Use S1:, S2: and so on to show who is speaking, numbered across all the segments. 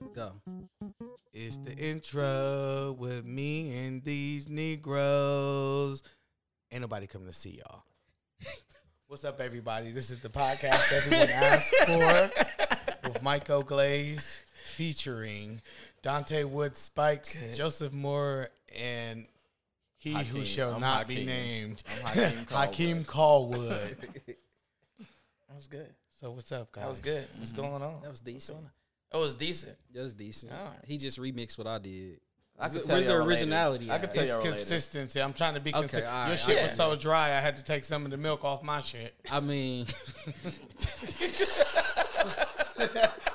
S1: Let's go.
S2: It's the intro with me and these Negroes. Ain't nobody coming to see y'all. What's up, everybody? This is the podcast everyone asked for with Mike O'Glaze featuring Dante Wood Spikes, Joseph Moore, and he who
S3: Hakeem.
S2: shall
S3: I'm
S2: not be
S3: Hakeem.
S2: named
S3: I'm Hakeem
S2: Hakeem Callwood.
S3: That was good.
S2: so what's up, guys?
S3: That was good. What's going on?
S1: Mm-hmm. That was decent.
S3: That was decent.
S1: That was decent.
S3: Alright.
S1: He just remixed what I did.
S3: I
S1: could tell Where's y'all the related. originality
S3: I
S1: at?
S3: could tell
S2: It's
S3: y'all related.
S2: consistency. I'm trying to be
S1: Okay,
S2: consistent.
S1: all
S2: Your
S1: right,
S2: shit
S3: all
S2: was
S3: right.
S2: so dry, I had to take some of the milk off my shit.
S1: I mean,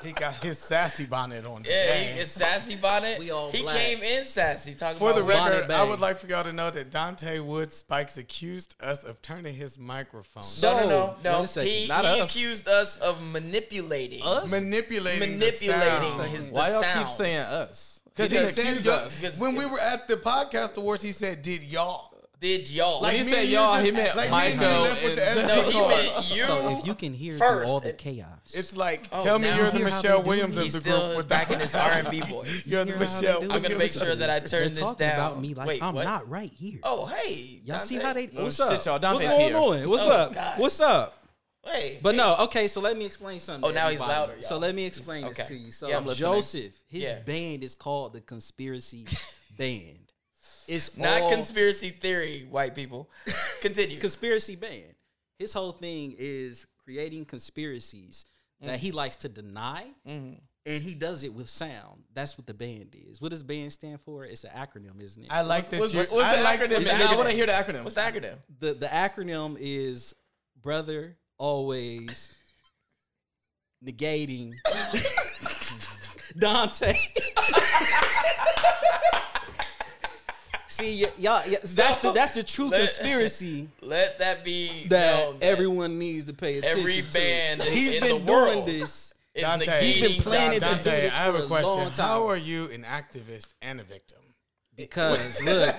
S2: He got his sassy bonnet on
S3: Yeah, he,
S2: today.
S3: it's sassy bonnet.
S1: We all
S3: he
S1: black.
S3: came in sassy. Talking
S2: For the
S3: about
S1: Bonnet
S2: record, I
S1: bang.
S2: would like for y'all to know that Dante Wood Spikes accused us of turning his microphone,
S3: No, no, no,
S1: No,
S3: no.
S1: wait a second.
S3: He,
S1: Not
S3: he
S1: us.
S3: accused us of manipulating.
S2: manipulating,
S3: Manipulating
S2: the sound.
S3: his
S4: Why
S3: the
S4: y'all
S3: sound.
S4: keep saying us?
S2: Because he
S4: didn't
S2: said
S4: accuse
S2: y'all-
S4: us.
S3: Because-
S2: when we were at the podcast awards, he said, "Did y'all?"
S3: Did y'all?
S4: Like he
S2: me
S4: said
S2: and you
S4: y'all,
S2: just-
S4: he meant
S2: like me and
S4: Michael.
S2: you left with
S4: and-
S2: the
S3: no,
S2: SD
S3: he
S2: card.
S3: meant you.
S1: so if you can hear through
S3: first,
S1: all the
S3: it-
S1: chaos,
S2: It's like,
S3: Oh,
S2: tell me
S3: now
S2: you're the
S1: hear how
S2: Michelle
S1: we do
S2: Williams
S1: this.
S2: of
S3: he's
S2: the group
S3: still
S2: with
S3: back in his R and B voice.
S2: You're the
S1: hear how we
S2: Michelle.
S1: do
S2: Williams
S1: it.
S3: gonna make
S2: of
S3: sure
S2: the-
S3: that I
S1: They're
S3: turn this
S1: talking about
S3: down.
S1: me like
S3: Wait,
S1: I'm
S3: what?
S1: not right here.
S3: Oh, hey,
S1: Y'all see
S3: Dante.
S1: how they? Oh, What's
S4: shit,
S1: up,
S4: y'all, Dante's
S1: What's going
S4: here.
S1: on? What's
S3: Oh,
S1: up?
S3: God.
S1: What's up?
S3: Hey,
S1: But no, okay. So let me explain something.
S3: Oh,
S1: to
S3: now he's
S1: everybody.
S3: louder, y'all.
S1: So let me explain
S3: okay.
S1: this to you. So
S3: Yeah, I'm listening.
S1: Joseph, his
S3: Yeah.
S1: band is called the Conspiracy Band. It's
S3: not
S1: all
S3: conspiracy theory, white people. Continue.
S1: conspiracy band. His whole thing is creating conspiracies that he likes to deny, and he does it with sound. That's what the band is. What does band stand for? It's an acronym, isn't it?
S2: I like that
S4: What's,
S2: you're.
S4: what's the
S2: I like
S4: acronym?
S2: that-
S4: man? I want to hear the acronym.
S3: What's the acronym?
S1: the The acronym is brother always negating Dante. See, y- y'all, y- that's the that's the true
S3: Let-
S1: conspiracy.
S3: Let that be
S1: that
S3: known
S1: everyone needs to pay attention
S3: every
S1: to.
S3: band
S1: He's
S3: in
S1: been
S3: the
S1: doing
S3: world
S1: this.
S3: is
S2: Dante.
S3: negating
S2: He's been
S1: planning to
S3: Dante.
S1: do
S2: Dante,
S1: this
S2: I have
S1: for
S2: a
S1: a
S2: question.
S1: long time.
S2: How are you an activist and a victim?
S1: Because look,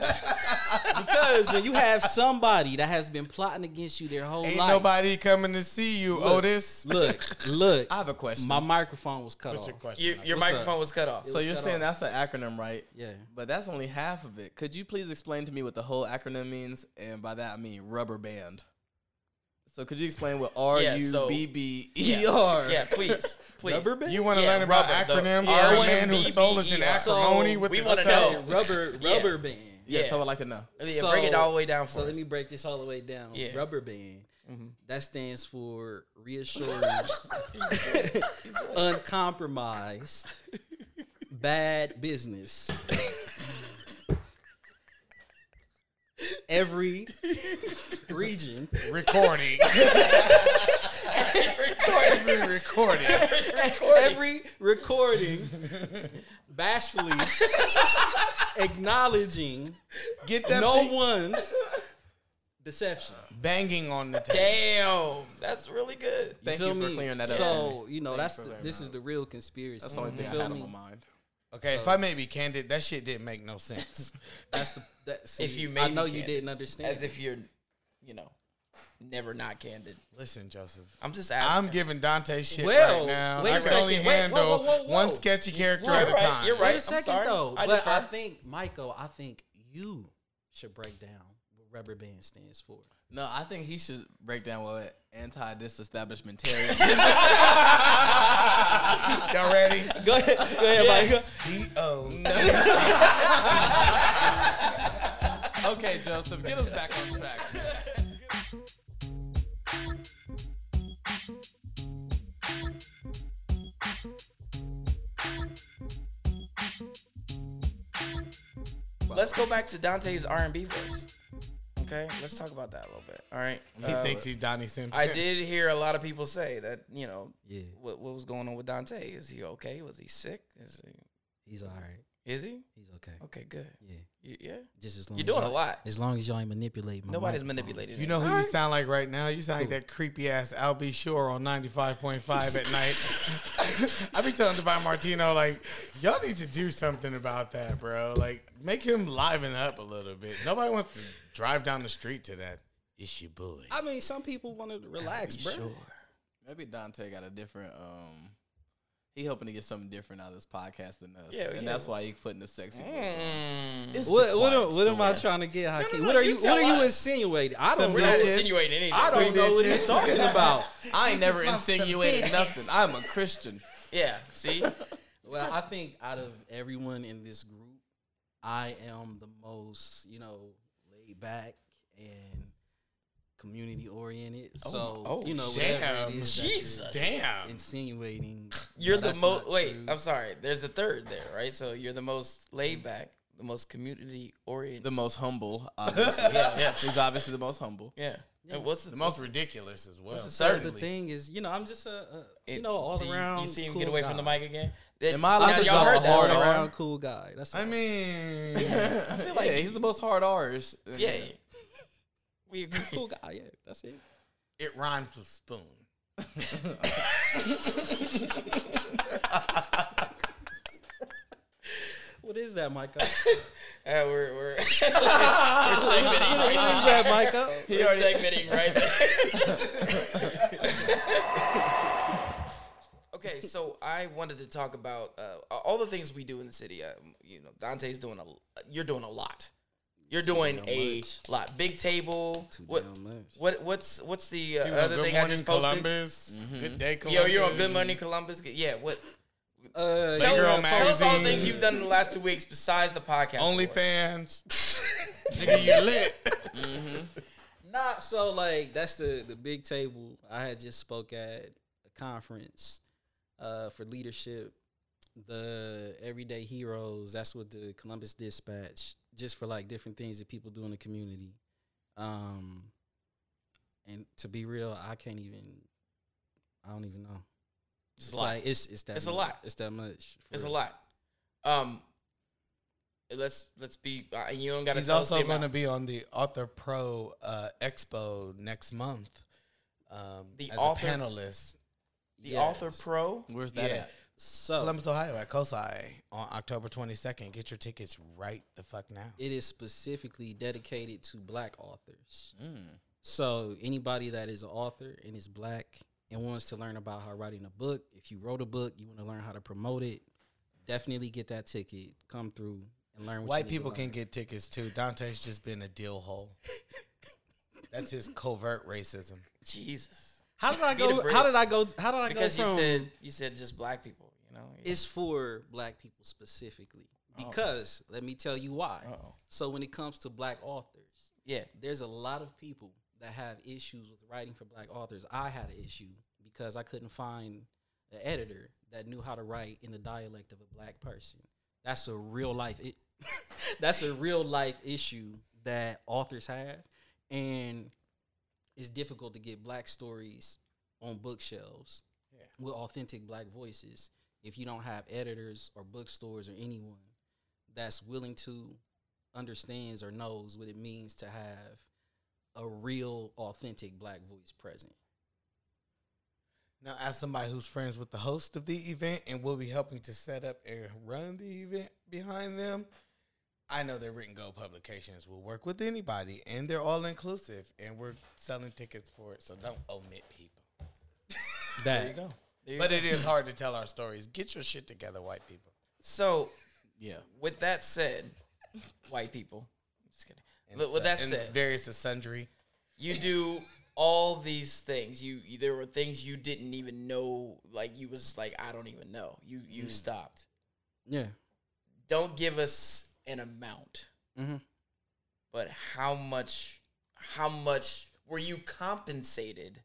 S1: because when you have somebody that has been plotting against you their whole
S2: Ain't
S1: life,
S2: nobody coming to see you, Otis.
S1: look, look,
S4: I have a question.
S1: my microphone was cut
S2: What's your
S1: off.
S2: question?
S3: Your, your
S1: What's up?
S3: microphone was cut off.
S4: so you're
S1: cut
S4: saying that's an acronym, right?
S1: Yeah.
S4: But that's only half of it. Could you please explain to me what the whole acronym means? And by that I mean rubber band. So could you explain what R
S3: Yeah,
S4: U
S3: so-
S4: B B
S3: yeah,
S4: E R?
S3: yeah, please, please.
S1: Rubber band?
S2: You want to
S3: Yeah,
S2: learn about
S3: rubber, the-
S2: acronyms?
S3: yeah,
S2: Or a
S3: I
S2: man
S3: wanna
S2: whose soul is in
S3: be-
S2: acrimony
S1: so
S2: with
S3: we
S2: the
S3: wanna
S2: soul.
S3: know.
S1: Rubber,
S3: Yeah.
S1: rubber band.
S4: Yeah,
S3: Yeah.
S4: so I'd like to know.
S3: Yeah, break it all the way down for
S1: So let
S3: us.
S1: me break this all the way down.
S3: Yeah.
S1: Rubber band. That stands for reassuring, uncompromised, bad business. Every region
S2: Recording. Every recording.
S1: every recording bashfully acknowledging
S2: Get that
S1: no
S2: thing
S1: one's deception.
S2: banging on the table.
S3: Damn, that's really good.
S1: You
S4: Thank
S1: feel
S4: you for
S1: me?
S4: clearing that up.
S1: So you know that's
S4: for
S1: the,
S4: clearing
S1: this
S4: that
S1: is the real conspiracy.
S4: That's the only
S1: You
S4: thing I
S1: feel
S4: had on
S1: me?
S4: my mind.
S2: Okay, if I may be candid, that shit didn't make no sense.
S1: That's the that, see,
S3: If you
S1: I
S3: made
S1: know
S3: me
S1: you
S3: candid.
S1: didn't understand.
S3: As if you're, you know, never not candid.
S2: Listen, Joseph.
S3: I'm just
S2: I'm
S3: asking.
S2: giving Dante shit
S1: Well,
S2: right now.
S1: wait
S2: I
S1: a
S2: can only
S1: second. Wait,
S2: handle
S1: whoa, whoa, whoa, whoa.
S2: one sketchy character
S3: You're
S2: at a
S3: right,
S2: time.
S3: you're right.
S1: Wait a
S3: I'm
S1: 2nd
S3: sorry.
S1: though,
S3: I
S1: but
S3: defer.
S1: I think Michael, I think you should break down what rubber band stands for.
S4: No, I think he should break down what anti disestablishmentarian
S2: Y'all ready?
S1: Go ahead, go ahead,
S3: Yes.
S2: D-O.
S4: Okay, Joseph, get us back on track.
S3: Let's go back to Dante's R&B voice. Okay, let's talk about that a little bit. All right.
S2: He
S3: Uh,
S2: thinks he's Donnie Simpson.
S3: I did hear a lot of people say that you know
S1: Yeah,
S3: what what was going on with Dante. Is he okay? Was he sick? Is he?
S1: he's all right.
S3: Is he?
S1: He's okay.
S3: Okay, good.
S1: Yeah,
S3: You, yeah.
S1: just as long
S3: You're
S1: as
S3: doing a
S1: y'all-
S3: lot.
S1: As long as y'all ain't manipulating. my
S3: Nobody's
S1: microphone.
S3: manipulating.
S2: You
S3: it.
S2: know who you sound like right now? You sound like that creepy ass Al B. Shore on 95.5 at night. I be telling Divine Martino, like, y'all need to do something about that, bro. Like, make him liven up a little bit. Nobody wants to drive down the street to that. It's your boy.
S1: I mean, some people want to relax, bro.
S4: Maybe Dante got a different. um He hoping to get something different out of this podcast than us.
S3: Yeah,
S4: and
S3: yeah.
S4: that's why he putting the sexy. voice on.
S3: Mm.
S1: What what, am- what am I
S3: Yeah.
S1: trying to get, Hakeem?
S3: no,
S1: what are
S3: you
S1: you
S3: tell
S1: What are you
S3: us.
S1: insinuating? I don't
S2: Some
S1: know.
S3: We're not
S2: bitches.
S3: insinuating anything.
S1: I don't know what he's
S2: bitches.
S1: talking about.
S4: I ain't never
S2: want some
S4: insinuated
S2: bitches.
S4: nothing. I'm a Christian.
S3: Yeah. See.
S1: Well, I think out of everyone in this group, I am the most, you know, laid back and community oriented. so,
S3: oh,
S1: you know,
S3: damn,
S1: whatever it is that you're
S3: Jesus.
S2: Damn.
S1: insinuating
S3: You're
S1: no,
S3: the
S1: that's
S3: most.
S1: not
S3: Wait,
S1: true.
S3: I'm sorry. There's a third there, right? So you're the most laid back, the most community
S4: The
S3: oriented.
S4: most humble, obviously.
S3: Yeah, yeah.
S4: He's obviously the most humble.
S3: Yeah. And what's the,
S2: The most ridiculous as well.
S3: What's the
S1: So the
S3: Certainly.
S1: thing is, you know, I'm just a, a you
S3: it-
S1: know all
S3: do you-
S1: around.
S3: You, see him
S1: cool
S3: get away
S1: guy.
S3: from the mic again. That-
S4: Am I allowed
S3: now,
S4: to
S1: I'm just
S3: y'all
S4: say
S1: a
S3: heard that
S1: hard
S3: all around?
S1: around cool guy. That's all.
S2: I mean,
S4: I feel like yeah, he's the most hard R's.
S3: Yeah. yeah. We agree.
S1: cool guy. Yeah, that's it.
S2: it rhymes with spoon.
S1: What is that, Micah?
S3: Uh, we're we're, we're segmenting
S1: what
S3: right
S1: is
S3: there.
S1: that, Micah?
S3: We're segmenting right there. okay, so I wanted to talk about uh, all the things we do in the city. Um, you know, Dante's doing a. You're doing a lot. You're doing
S1: damn
S3: a
S1: much.
S3: lot. Big table.
S1: Too
S3: what,
S1: damn much.
S3: what what's what's the uh,
S2: You know,
S3: other
S2: good
S3: thing I
S2: morning,
S3: just posted?
S2: Columbus. Good day,
S3: Yo,
S2: Columbus.
S3: you're on Good Morning Columbus. Yeah, what?
S1: Uh,
S3: Tell
S2: Girl
S3: us, tell us all
S2: magazine.
S3: the things you've done in the last two weeks besides the podcast. award.
S2: OnlyFans. Nigga, you lit.
S1: Nah, so like that's the the big table. I had just spoke at a conference uh, for leadership. The Everyday Heroes. That's what the Columbus Dispatch, just for like different things that people do in the community. Um, and to be real, I can't even. I don't even know. It's,
S3: It's a lot.
S1: like it's it's that
S3: It's a
S1: much.
S3: lot.
S1: It's that much. for
S3: It's a
S1: real.
S3: lot. Um, let's let's be. Uh, you don't got to.
S2: He's also going to be on the Author Pro uh, Expo next month. Um,
S3: The
S2: as
S3: Author-
S2: a panelist,
S3: the
S1: Yes.
S3: author pro.
S4: Where's that
S2: Yeah.
S4: at?
S1: So
S2: Columbus, Ohio, at COSI on October 22nd. Get your tickets right the fuck now.
S1: it is specifically dedicated to black authors. So anybody that is an author and is black and wants to learn about how writing a book, if you wrote a book, you want to learn how to promote it, definitely get that ticket. Come through and learn. What you
S2: White
S1: need to
S2: people can
S1: learn.
S2: get tickets too. Dante's just been a deal hole. That's his covert racism.
S3: Jesus.
S1: How did I
S3: Be the
S1: go?
S3: bridge.
S1: How did I go? How did I
S3: Because
S1: go
S3: you
S1: from?
S3: said you said just black people. You know.
S1: it's for black people specifically
S2: Oh.
S1: because let me tell you why.
S3: Uh-oh.
S1: So when it comes to black authors,
S3: yeah.
S1: there's a lot of people that have issues with writing for black authors. I had an issue because I couldn't find an editor that knew how to write in the dialect of a black person. That's a real life it, that's a real life issue that authors have and it's difficult to get black stories on bookshelves with authentic black voices if you don't have editors or bookstores or anyone that's willing to understands or knows what it means to have a real authentic black voice present
S2: Now, as somebody who's friends with the host of the event and will be helping to set up and run the event behind them, I know their written go publications will work with anybody and they're all inclusive and we're selling tickets for it. So don't omit people.
S1: that there you go
S3: There you
S2: But
S3: go.
S2: it is hard to tell our stories. Get your shit together, white people.
S3: so
S4: Yeah.
S3: with that said, white people. Just kidding.
S2: And
S3: With- with
S2: su-
S3: that
S2: and
S3: said,
S2: various and sundry.
S3: you do all these things you, you there were things you didn't even know like you was like i don't even know you you
S2: Mm.
S3: stopped
S1: yeah
S3: don't give us an amount
S1: Mhm.
S3: but how much how much were you compensated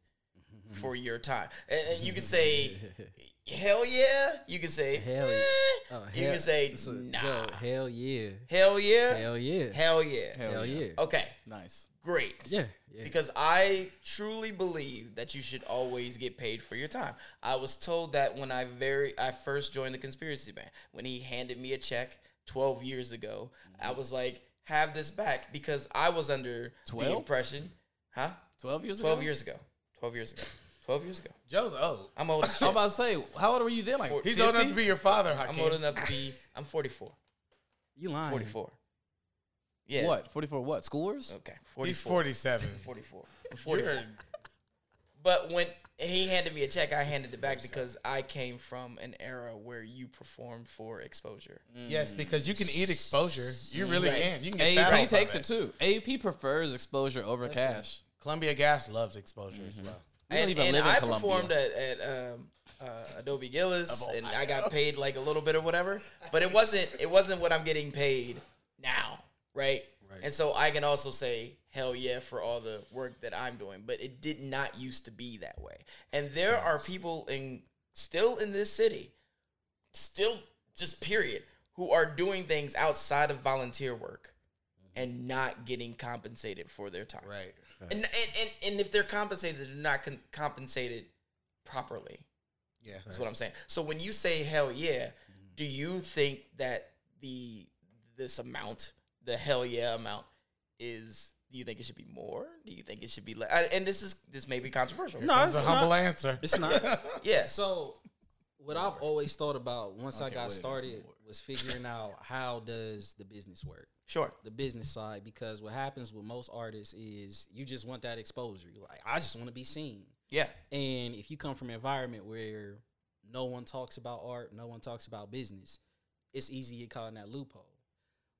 S3: for your time and, and you could say hell yeah you could say
S1: Hell yeah.
S3: eh.
S1: oh,
S3: you can say,
S1: so,
S3: nah.
S1: Joe, hell yeah
S3: hell yeah hell,
S1: hell yeah
S3: yeah
S4: Hell,
S1: hell
S4: yeah.
S1: yeah
S3: okay
S4: Nice.
S3: great
S1: yeah yeah
S3: because I truly believe that you should always get paid for your time. I was told that when I very I first joined the conspiracy band, when he handed me a check 12 years ago, I
S1: Mm-hmm.
S3: was like, "Have this back" because I was under the
S4: 12?
S3: impression, huh?
S4: 12 years
S3: 12
S4: ago?
S3: years ago. 12 years ago. 12 years ago.
S2: Joe's old.
S3: I'm old as
S4: I'm
S3: shit.
S4: about to say, how old were you then? Like,
S2: He's
S4: 50?
S2: old enough to be your father,
S3: I'm
S2: Hakeem.
S3: old enough to be I'm 44.
S1: you lying
S3: 44. Yeah.
S4: What? 44 what? Schoolers?
S3: Okay. 44.
S2: He's 47.
S3: 44.
S2: You're
S3: 44. But when he handed me a check, I handed it back because I came from an era where you perform for exposure.
S2: Yes, because you can eat exposure. You really
S3: Right.
S2: can. You can get fat
S4: AAP
S2: off
S4: takes
S2: of
S4: it too. AAP prefers exposure over cash.
S2: Columbia Gas loves exposure as well.
S4: We don't
S3: and,
S4: even
S3: and
S4: live in
S3: I
S4: Colombia.
S3: performed at, at um, uh, Adobe Gillis, and I got paid like a little bit or whatever. But it wasn't it wasn't what I'm getting paid now, right? And so I can also say hell yeah for all the work that I'm doing, but it did not used to be that way. And there are people in still in this city, still just period, who are doing things outside of volunteer work and not getting compensated for their time.
S2: Right.
S3: And, and, and, and if they're compensated, they're not con- compensated properly.
S2: Yeah.
S3: That's what I'm saying. So when you say hell yeah, do you think that the this amount, the hell yeah amount, is? Do you think it should be more? Do you think it should be less? I, and this is this may be controversial.
S1: No,
S2: That's
S1: it's
S2: a humble
S1: not.
S2: answer.
S1: It's not.
S3: Yeah.
S1: So, what I've always thought about once I
S4: Okay,
S1: got
S4: wait, it's
S1: started
S4: more.
S1: was figuring out how does the business work,
S3: Sure.
S1: the business side. Because what happens with most artists is you just want that exposure. You're like, I just want to be seen.
S3: Yeah.
S1: And if you come from an environment where no one talks about art, no one talks about business, it's easy to get caught in that loophole.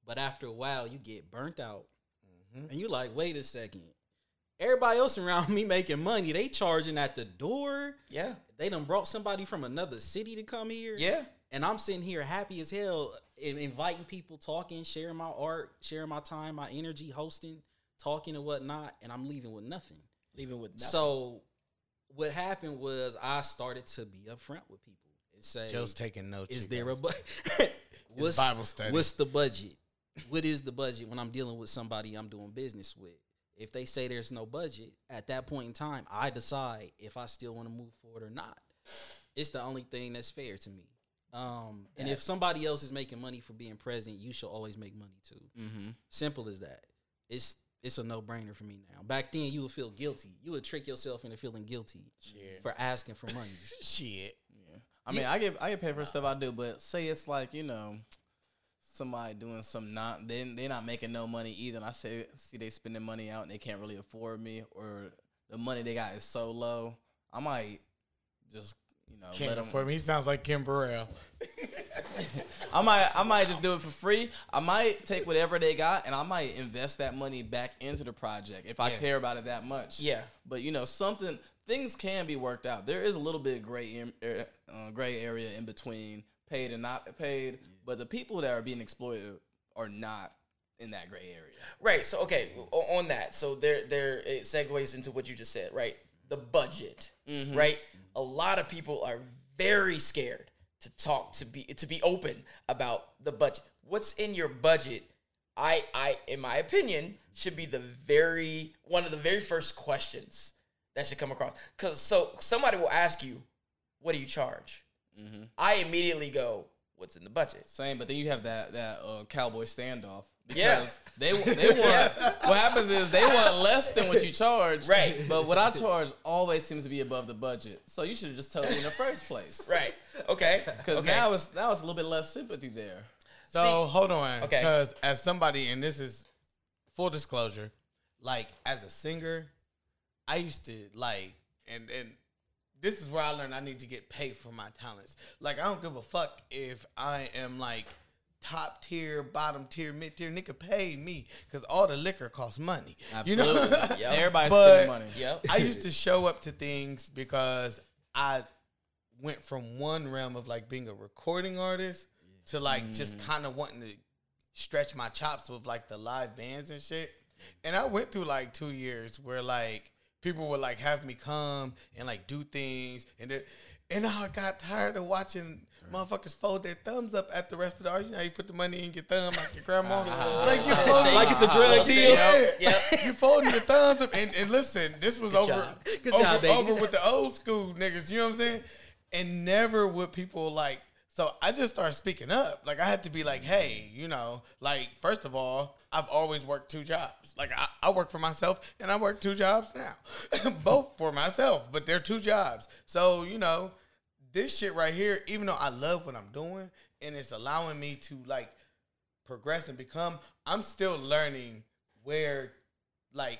S1: But after a while, you get burnt out, and you're like, wait a second. Everybody else around me making money, they charging at the door
S3: Yeah.
S1: they done brought somebody from another city to come here.
S3: Yeah.
S1: And I'm sitting here happy as hell and inviting people, talking, sharing my art, sharing my time, my energy, hosting, talking and whatnot, and I'm leaving with nothing.
S3: Leaving with nothing.
S1: So what happened was I started to be upfront with people and say
S2: Joe's taking notes.
S1: is
S2: you
S1: there a
S2: guys.
S1: budget? what's,
S2: Bible study.
S1: What's the budget? What is the budget when I'm dealing with somebody I'm doing business with? If they say there's no budget, at that point in time, I decide if I still want to move forward or not. It's the only thing that's fair to me. Um, and if somebody else is making money for being present, you should always make money too.
S4: Mm-hmm.
S1: Simple as that. It's it's a no brainer for me now. Back then, you would feel guilty. You would trick yourself into feeling guilty for asking for money.
S2: Shit.
S4: Yeah. I mean, I get I get paid for stuff I do, but say it's like you know, somebody doing some not then they're not making no money either. And I say see they spending money out and they can't really afford me, or the money they got is so low. I might just you know let
S2: Can't
S4: them.
S2: for me. He sounds like Kim Burrell.
S4: I might I might just do it for free. I might take whatever they got and I might invest that money back into the project if I care about it that much.
S3: Yeah.
S4: But you know, something things can be worked out. There is a little bit of gray in, er, uh, gray area in between paid and not paid, but the people that are being exploited are not in that gray area.
S3: Right. So okay, o- on that. So there there it segues into what you just said, right? The budget, right? A lot of people are very scared to talk to be to be open about the budget. What's in your budget? I I in my opinion should be the very one of the very first questions that should come across. Cuz so somebody will ask you, "What do you charge?" I immediately go, "What's in the budget?"
S4: Same, but then you have that that uh, cowboy standoff. Because
S3: Yeah.
S4: they they want what happens is they want less than what you charge,
S3: Right.
S4: But what I charge always seems to be above the budget, so you should have just told me in the first place.
S3: Right. Okay.
S4: Because
S3: okay.
S4: now it's now it's a little bit less sympathy there.
S2: So hold on,
S3: Okay.
S2: Because as somebody, and this is full disclosure, like as a singer, I used to like, and and this is where I learned I need to get paid for my talents. Like I don't give a fuck if I am like top tier, bottom tier, mid tier. Nigga, pay me because all the liquor costs money.
S4: Absolutely,
S3: Yep.
S4: everybody's
S2: But-
S4: spending money.
S3: Yep.
S2: I used to show up to things because I went from one realm of like being a recording artist to like just kind of wanting to stretch my chops with like the live bands and shit. And I went through like two years where like people would like have me come and like do things and then and I got tired of watching motherfuckers fold their thumbs up at the rest of the art. You know, how you put the money in your thumb like your grandma. like you fold
S1: Like it's a drug deal.
S2: Yep.
S3: Yep.
S2: you folding your thumbs up, and, and listen, this was over,
S3: job.
S1: Good
S2: over,
S1: job, baby.
S2: over with the old school niggas. You know what I'm saying? And never would people like. So I just started speaking up. Like I had to be like, hey, you know, like first of all, I've always worked two jobs. Like I, I work for myself, and I work two jobs now, both for myself, but they're two jobs. So you know, this shit right here, even though I love what I'm doing, and it's allowing me to like progress and become, I'm still learning where, like,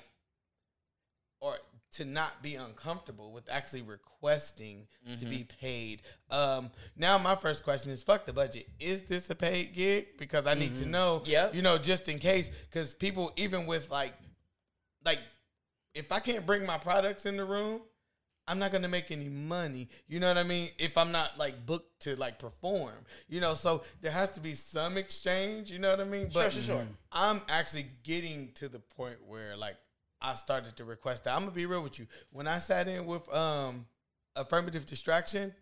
S2: or to not be uncomfortable with actually requesting to be paid. Um, now my first question is, fuck the budget. Is this a paid gig? Because I need to know.
S3: Yep.
S2: you know, just in case, because people even with like, like, if I can't bring my products in the room. I'm not gonna make any money. You know what I mean? If I'm not like booked to like perform, you know, so there has to be some exchange. You know what I mean? Mm-hmm.
S3: Sure, sure, sure.
S2: I'm actually getting to the point where like I started to request that. I'm gonna be real with you. When I sat in with um affirmative distraction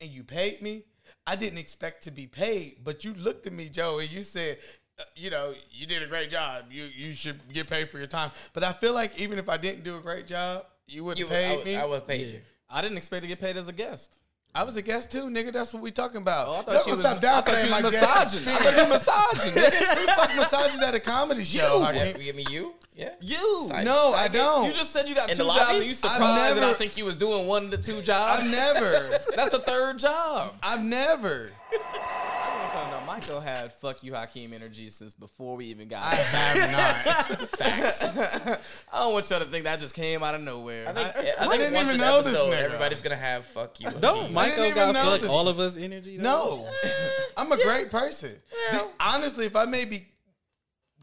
S2: and you paid me, I didn't expect to be paid, but you looked at me, Joe, and you said, uh, you know, you did a great job. You you should get paid for your time. But I feel like even if I didn't do a great job, you wouldn't
S3: You would,
S2: pay
S3: I would,
S2: me.
S3: I would have paid you.
S4: I didn't expect to get paid as a guest.
S2: I was a guest too, nigga. That's what we talking about.
S4: Oh, I thought
S2: Y'all
S4: you
S2: gonna
S4: was-
S2: stop
S4: I thought
S2: downplaying
S4: you
S2: my
S4: was
S2: guest
S4: massaging.
S2: experience. I thought you massaging. nigga. Who fuck massages at a comedy show?
S4: You.
S2: I
S3: Yeah,
S2: can't-
S3: you give me you? Yeah.
S4: You
S3: Psych-
S2: No, I
S3: psychic?
S2: don't.
S4: You just said you got
S3: In
S4: two
S3: the lobby?
S4: jobs and you
S3: I've
S4: surprised and I
S2: never-
S4: think you was doing one of the two jobs.
S2: I've never.
S4: That's the third job.
S2: I've never.
S4: I was talking about Michael had fuck you Hakeem energy since before we even got.
S2: I have not.
S3: Facts.
S4: I don't want y'all to think that just came out of nowhere.
S3: I think, e- I,
S2: I
S3: think
S2: didn't
S3: once
S2: even
S3: an
S2: know this
S3: episode,
S2: nigga.
S3: everybody's gonna have fuck you.
S1: No,
S3: Hakeem.
S2: didn't
S1: Michael
S2: even
S1: got
S2: know
S1: like
S2: this.
S1: all of us energy. though.
S2: No, I'm a great person. The- honestly, if I may be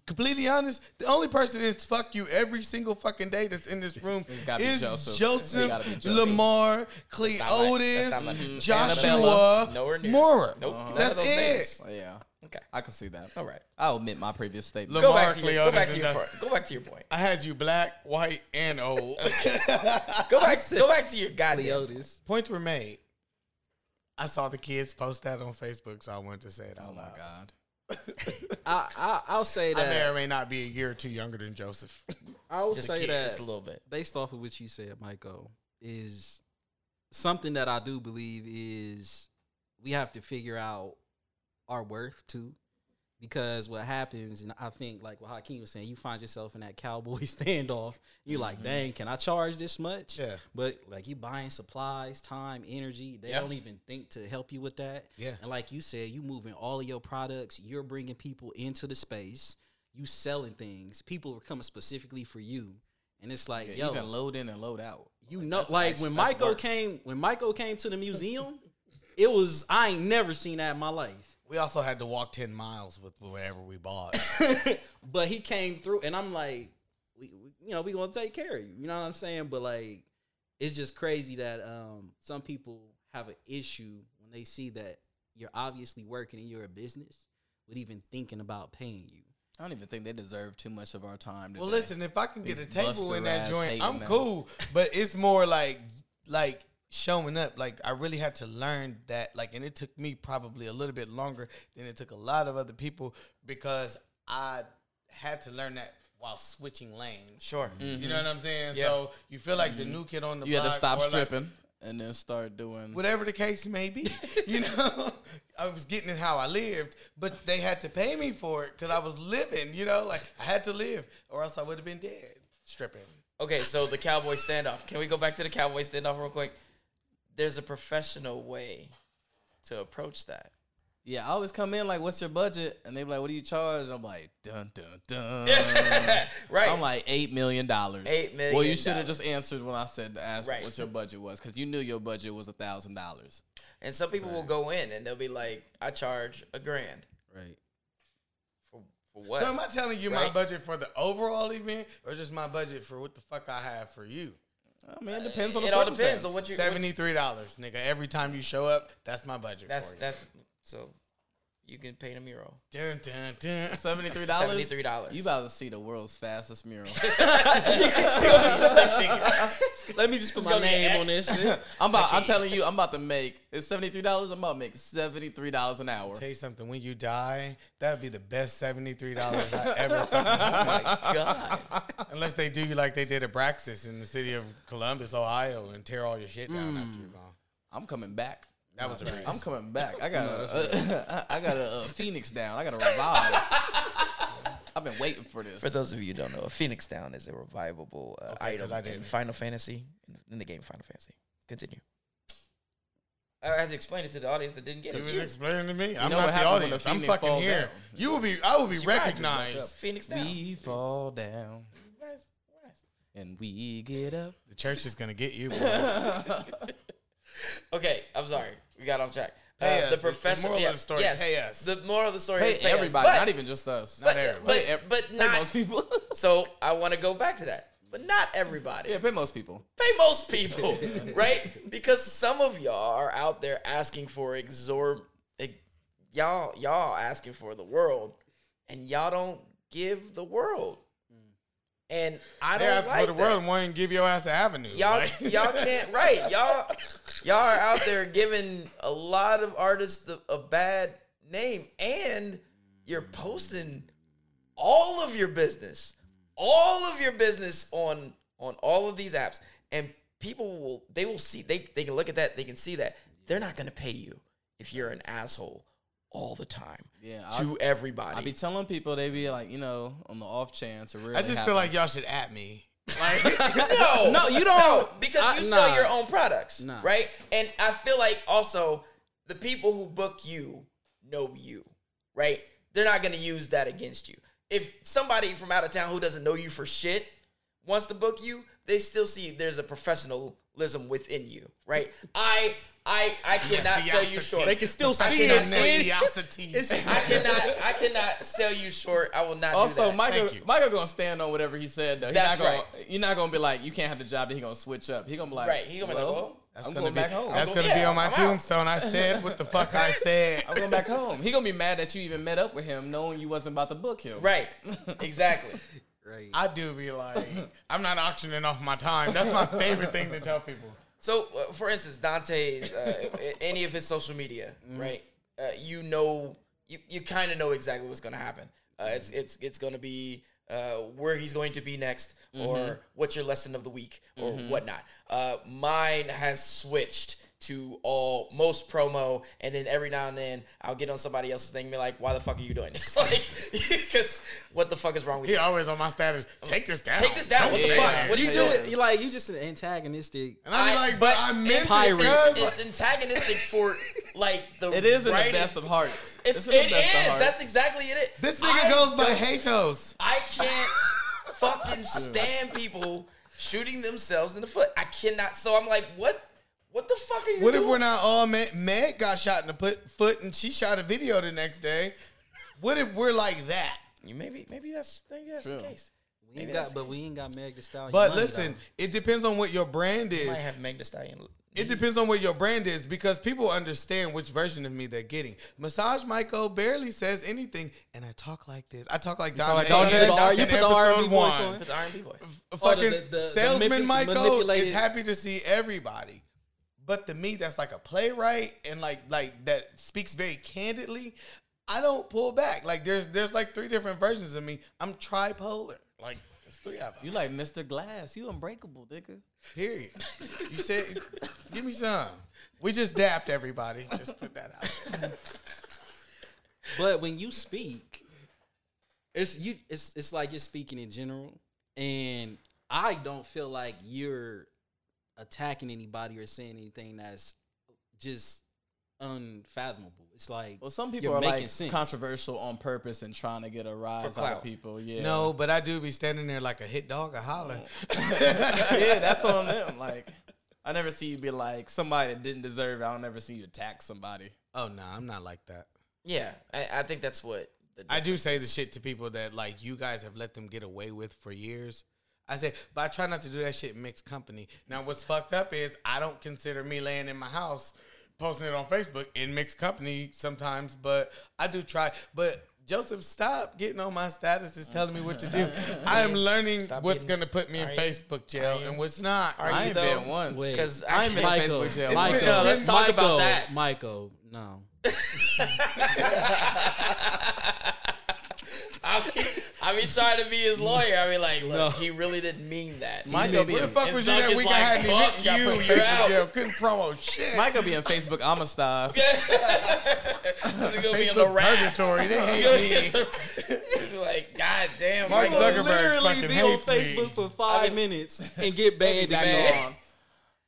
S2: completely honest, the only person that's fuck you every single fucking day that's in this room
S4: it's gotta be
S2: is
S4: Joseph.
S2: Joseph,
S4: It's gotta be Joseph.
S2: Lamar,
S3: not my- that's
S2: Cleotis,
S3: not my-
S2: Joshua,
S3: Annabella, nowhere near.
S2: Mora.
S3: Nope, none of
S2: That's
S3: those
S2: it.
S3: names.
S4: yeah,
S3: Okay.
S4: I can see that.
S3: All right.
S4: I'll admit my previous statement.
S2: Look-
S3: Go
S2: Lamar
S3: back to your, go
S2: Cleotis
S3: back
S2: is
S3: to your,
S2: not-
S3: pro- go back to your point.
S2: I had you black, white, and old.
S3: Go back, go back to your goddamn. point.
S1: Leotis.
S2: Points were made. I saw the kids post that on Facebook, so I wanted to say it out
S4: oh my
S2: loud.
S4: god.
S1: I, I I'll say
S2: I may
S1: that.
S2: or may not be a year or two younger than Joseph.
S1: I will
S3: Just
S1: say
S3: a kid,
S1: that
S3: just a little bit.
S1: based off of what you said, Michael, is something that I do believe is we have to figure out our worth too. Because what happens, and I think like what Hakeem was saying, you find yourself in that cowboy standoff. You're like, dang, can I charge this much?
S2: Mm-hmm. Yeah.
S1: But like you buying supplies, time, energy. They
S3: Yeah.
S1: don't even think to help you with that.
S2: Yeah.
S1: And like you said, you moving all of your products. You're bringing people into the space. You selling things. People are coming specifically for you. And it's like,
S4: Yeah,
S1: yo,
S4: even load in and load out.
S1: you know,
S4: that's
S1: like
S4: actually-
S1: when
S4: that's
S1: Michael
S4: work.
S1: came, when Michael came to the museum, it was I ain't never seen that in my life.
S2: We also had to walk 10 miles with whatever we bought.
S1: But he came through, and I'm like, we, we- you know, we gonna take care of you. You know what I'm saying? But like, it's just crazy that um some people have an issue when they see that you're obviously working and you're a business with even thinking about paying you.
S4: I don't even think they deserve too much of our time.
S2: well,
S4: today.
S2: listen, if I can get a
S4: These
S2: table
S4: Busta
S2: in that
S4: ass
S2: joint,
S4: hating
S2: I'm
S4: now.
S2: cool. But it's more like, like, showing up like i really had to learn that like and it took me probably a little bit longer than it took a lot of other people because i had to learn that while switching lanes
S3: Sure.
S2: you know what i'm saying
S3: Yeah.
S2: so you feel like the new kid on the
S4: Mm-hmm. you had
S2: block
S4: to stop
S2: or, like,
S4: stripping and then start doing.
S2: whatever the case may be. You know, I was getting it how I lived, but they had to pay me for it because I was living. You know, like I had to live, or else I would have been dead. Stripping.
S3: Okay, so the cowboy standoff. Can we go back to the cowboy standoff real quick? There's a professional way to approach that.
S4: Yeah, I always come in like, "What's your budget?" And they be like, "What do you charge?" I'm like, "Dun dun dun."
S2: Oh
S3: right.
S4: I'm like eight million dollars.
S3: Eight million
S4: Well, you should have
S3: dollars.
S4: just answered when I said to ask
S3: Right.
S4: what your budget was because you knew your budget was a thousand dollars.
S3: and some people will go in and they'll be like, I charge a grand.
S1: Right.
S3: For, for what?
S2: so am I telling you my
S3: right.
S2: budget for the overall event, or just my budget for what the fuck I have for you?
S4: I mean, it depends on the
S3: Uh, it all depends on
S4: circumstance.
S3: what you what-
S2: Seventy three dollars, nigga. Every time you show up, that's my budget.
S3: That's
S2: for you.
S3: that's so you can paint a mural.
S2: Dun, dun, dun.
S4: Seventy-three dollars.
S3: Seventy-three dollars.
S4: You about to see the world's fastest mural.
S1: Let me just put
S3: It's
S1: my
S3: gonna be
S1: name on
S3: X.
S1: this shit.
S4: I'm about. I'm telling you, I'm about to make. It's seventy-three dollars. I'm about to make seventy-three dollars an hour.
S2: Tell you something. When you die, that would be the best seventy three dollars I ever fucking spent.
S3: oh God.
S2: Unless they do you like they did at Braxis in the city of Columbus, Ohio, and tear all your shit down after you're gone.
S4: I'm coming back.
S2: That was a race.
S4: Mm. I'm coming back. I got a, I got a, uh phoenix down. I got a revive. I've been waiting for this.
S3: For those of you who don't know, a Phoenix Down is a revivable uh,
S2: Okay, 'cause
S3: item
S2: I
S3: in
S2: didn't.
S3: Final Fantasy, in, in the game Final Fantasy. Continue. I had to explain it to the audience that didn't get
S2: He
S3: it.
S2: was
S3: You-
S2: explaining to me. I'm
S4: know
S2: not
S4: what
S2: the
S4: happens when
S2: audience.
S4: the
S2: I'm
S4: Phoenix
S2: fucking
S4: fall
S2: here.
S4: down?
S2: You will be. I will be
S3: you guys was
S2: recognized.
S3: Phoenix Down.
S4: we fall down.
S3: You guys- you guys-
S4: and we get up.
S2: The church is gonna get you. boy.
S3: Okay, I'm sorry. We got off track. Uh,
S2: Pay us.
S3: the
S2: The
S3: professor.
S2: moral of
S3: yeah,
S2: the story,
S3: Yes.
S2: pay us.
S3: The moral of the story
S4: Hey,
S3: is pay us,
S4: everybody,
S3: but-
S4: not even just us.
S2: Not everybody.
S3: But,
S4: Hey, ev-
S3: but
S4: pay
S3: not.
S4: most people.
S3: So I want to go back to that. But not everybody.
S4: yeah, pay most people.
S3: Pay most people, right? Because some of y'all are out there asking for exorb. ex- Y'all, y'all asking for the world, and y'all don't give the world. And I
S2: They
S3: don't
S2: ask
S3: like
S2: for the
S3: that.
S2: world and won't even give your ass an avenue.
S3: Y'all,
S2: like.
S3: y'all can't right. Y'all, y'all are out there giving a lot of artists the, a bad name, and you're posting all of your business, all of your business on on all of these apps, and people will they will see they they can look at that they can see that they're not gonna pay you if you're an asshole all the time
S4: Yeah,
S3: to everybody.
S4: I be telling people they be like, you know, on the off chance or really
S2: I just feel like y'all should at me. Like,
S3: no,
S4: No, you don't.
S3: because
S1: I-
S3: you
S1: nah.
S3: sell your own products,
S1: Nah.
S3: right? And I feel like also the people who book you know you, right? They're not going to use that against you. If somebody from out of town who doesn't know you for shit wants to book you, they still see there's a professionalism within you, right? I I I cannot sell you short.
S2: They can
S1: still
S2: I
S1: see
S2: cannot
S1: it.
S3: see it.
S2: geniusity.
S3: I cannot I cannot sell you short. I will not. do
S4: Also,
S3: that.
S4: Michael,
S2: Thank you.
S4: Michael gonna stand on whatever he said though. He
S3: That's
S4: not gonna,
S3: right.
S4: You're not gonna be like, you can't have the job. And he gonna switch up. He gonna be like,
S3: Right, he gonna be like, well,
S2: That's
S4: I'm
S2: gonna
S4: going
S2: be,
S4: back home.
S2: That's
S3: I'm
S2: gonna
S3: going-
S2: be on
S3: yeah,
S2: my
S3: I'm out.
S2: tombstone. I said what the fuck I said.
S4: I'm going back home. He gonna be mad that you even met up with him, knowing you wasn't about to book him.
S3: right, exactly.
S1: Right.
S2: I do be like, I'm not auctioning off my time. That's my favorite thing to tell people.
S3: So, uh, for instance, Dante's uh, a- any of his social media, right? Uh, you know, you, you kind of know exactly what's going to happen. Uh, it's it's it's going to be uh, where he's going to be next, or what's your lesson of the week, or whatnot. Uh, mine has switched to all most promo, and then every now and then I'll get on somebody else's thing, and be like, "Why the fuck are you doing this?" like, because what the fuck is wrong with
S2: He
S3: you?
S2: always on my status. Take this down.
S3: Take this down.
S2: Don't
S3: What the
S2: say
S3: fuck?
S2: that."
S3: What are
S1: you
S3: you
S1: do
S3: doing?
S1: it. You like you just an antagonistic.
S2: And I'm
S3: I-
S2: like, but I meant it.
S1: Pirates.
S2: cuz,
S3: It's, it's antagonistic for like the
S4: It is in the
S3: writing-
S4: best of hearts.
S3: It's,
S4: in the
S3: it
S4: best of
S3: is.
S4: hearts.
S3: That's exactly it. is.
S2: This nigga
S3: I
S2: goes by
S3: don't-
S2: Hatos.
S3: I can't fucking stand people shooting themselves in the foot. I cannot. So I'm like, what? What the fuck are you?
S2: What if
S3: doing?
S2: we're not all met? Meg got shot in the put, foot and she shot a video the next day. What if we're like that?
S3: You maybe maybe that's maybe that's the
S4: True.
S3: case.
S1: We ain't
S3: Maybe
S1: got,
S3: that's
S1: but
S3: it.
S1: we ain't got Meg the Stallion.
S2: But
S1: money,
S2: listen,
S1: though.
S2: it depends on what your brand
S3: I
S2: is.
S3: might have Meg Thee Stallion.
S2: It depends on what your brand is because people understand which version of me they're getting. Massage Michael barely says anything, and I talk like this. I talk like Don.
S1: like
S2: Dante
S1: Dante. You put the R- you
S2: in
S1: put
S2: episode
S1: the R&B voice
S2: one.
S1: on.
S3: Put the R&B voice.
S2: Fucking
S1: Oh, the- the- the
S2: salesman
S1: manipul-
S2: Michael is
S1: manipulated-
S2: happy to see everybody, but to me that's like a playwright and like like that speaks very candidly. I don't pull back. Like there's there's like three different versions of me. I'm tripolar. Like it's three of them.
S4: You like Mr. Glass. You unbreakable, nigga.
S2: Period. You said, give me some. We just dapped everybody. Just put that out. there.
S1: but when you speak, it's you. It's it's like you're speaking in general, and I don't feel like you're attacking anybody or saying anything that's just unfathomable. It's like
S4: Well, some people
S1: you're
S4: are
S1: making
S4: like
S1: sense.
S4: controversial on purpose and trying to get a rise out
S3: clout.
S4: of people. Yeah.
S2: No, but I do be standing there like a hit dog, a holler.
S4: yeah, that's on them. Like, I never see you be like somebody that didn't deserve. it. I don't ever see you attack somebody.
S2: Oh no, I'm not like that.
S3: Yeah, I, I think that's what. The,
S2: I do say the shit to people that like you guys have let them get away with for years. I say, but I try not to do that shit in mixed company. Now, what's fucked up is I don't consider me laying in my house posting it on Facebook in mixed company sometimes, but I do try. But Joseph, stop getting on my status is telling me what to do. I am learning
S3: Stop
S2: what's going
S3: getting-
S2: to put me in
S3: Are you-
S2: Facebook jail
S3: are you-
S2: and what's not.
S3: Are
S4: I
S3: you
S4: ain't
S3: though?
S4: been once.
S1: Wait.
S3: because
S4: I ain't
S3: I
S4: been
S3: can't-
S1: Michael,
S4: Facebook jail.
S1: Michael,
S2: No, let's
S3: talk
S1: Michael,
S3: about that.
S1: Michael, no.
S3: I mean, I mean, trying to be his lawyer. I mean, like, look, he really didn't mean that.
S4: Michael be
S2: Where the
S4: in,
S2: fuck
S3: And
S2: was you
S3: Zuck
S2: that
S3: is
S2: week I
S3: like,
S2: had me
S3: "Fuck
S2: hit and got
S3: you,
S2: put in
S3: you're
S2: Facebook
S3: out."
S2: jail? Couldn't promo shit.
S4: Michael be in Facebook Amistad.
S3: He's gonna be on the
S2: Facebook
S3: raft.
S2: purgatory. They
S3: He's gonna be
S2: hate me.
S3: on the- He's like, God damn,
S2: Mark
S3: Michael.
S2: Zuckerberg fucking
S1: be on
S2: hates me.
S1: Facebook for five
S3: mean-
S1: minutes and get banned.
S4: Back
S1: again.
S4: on.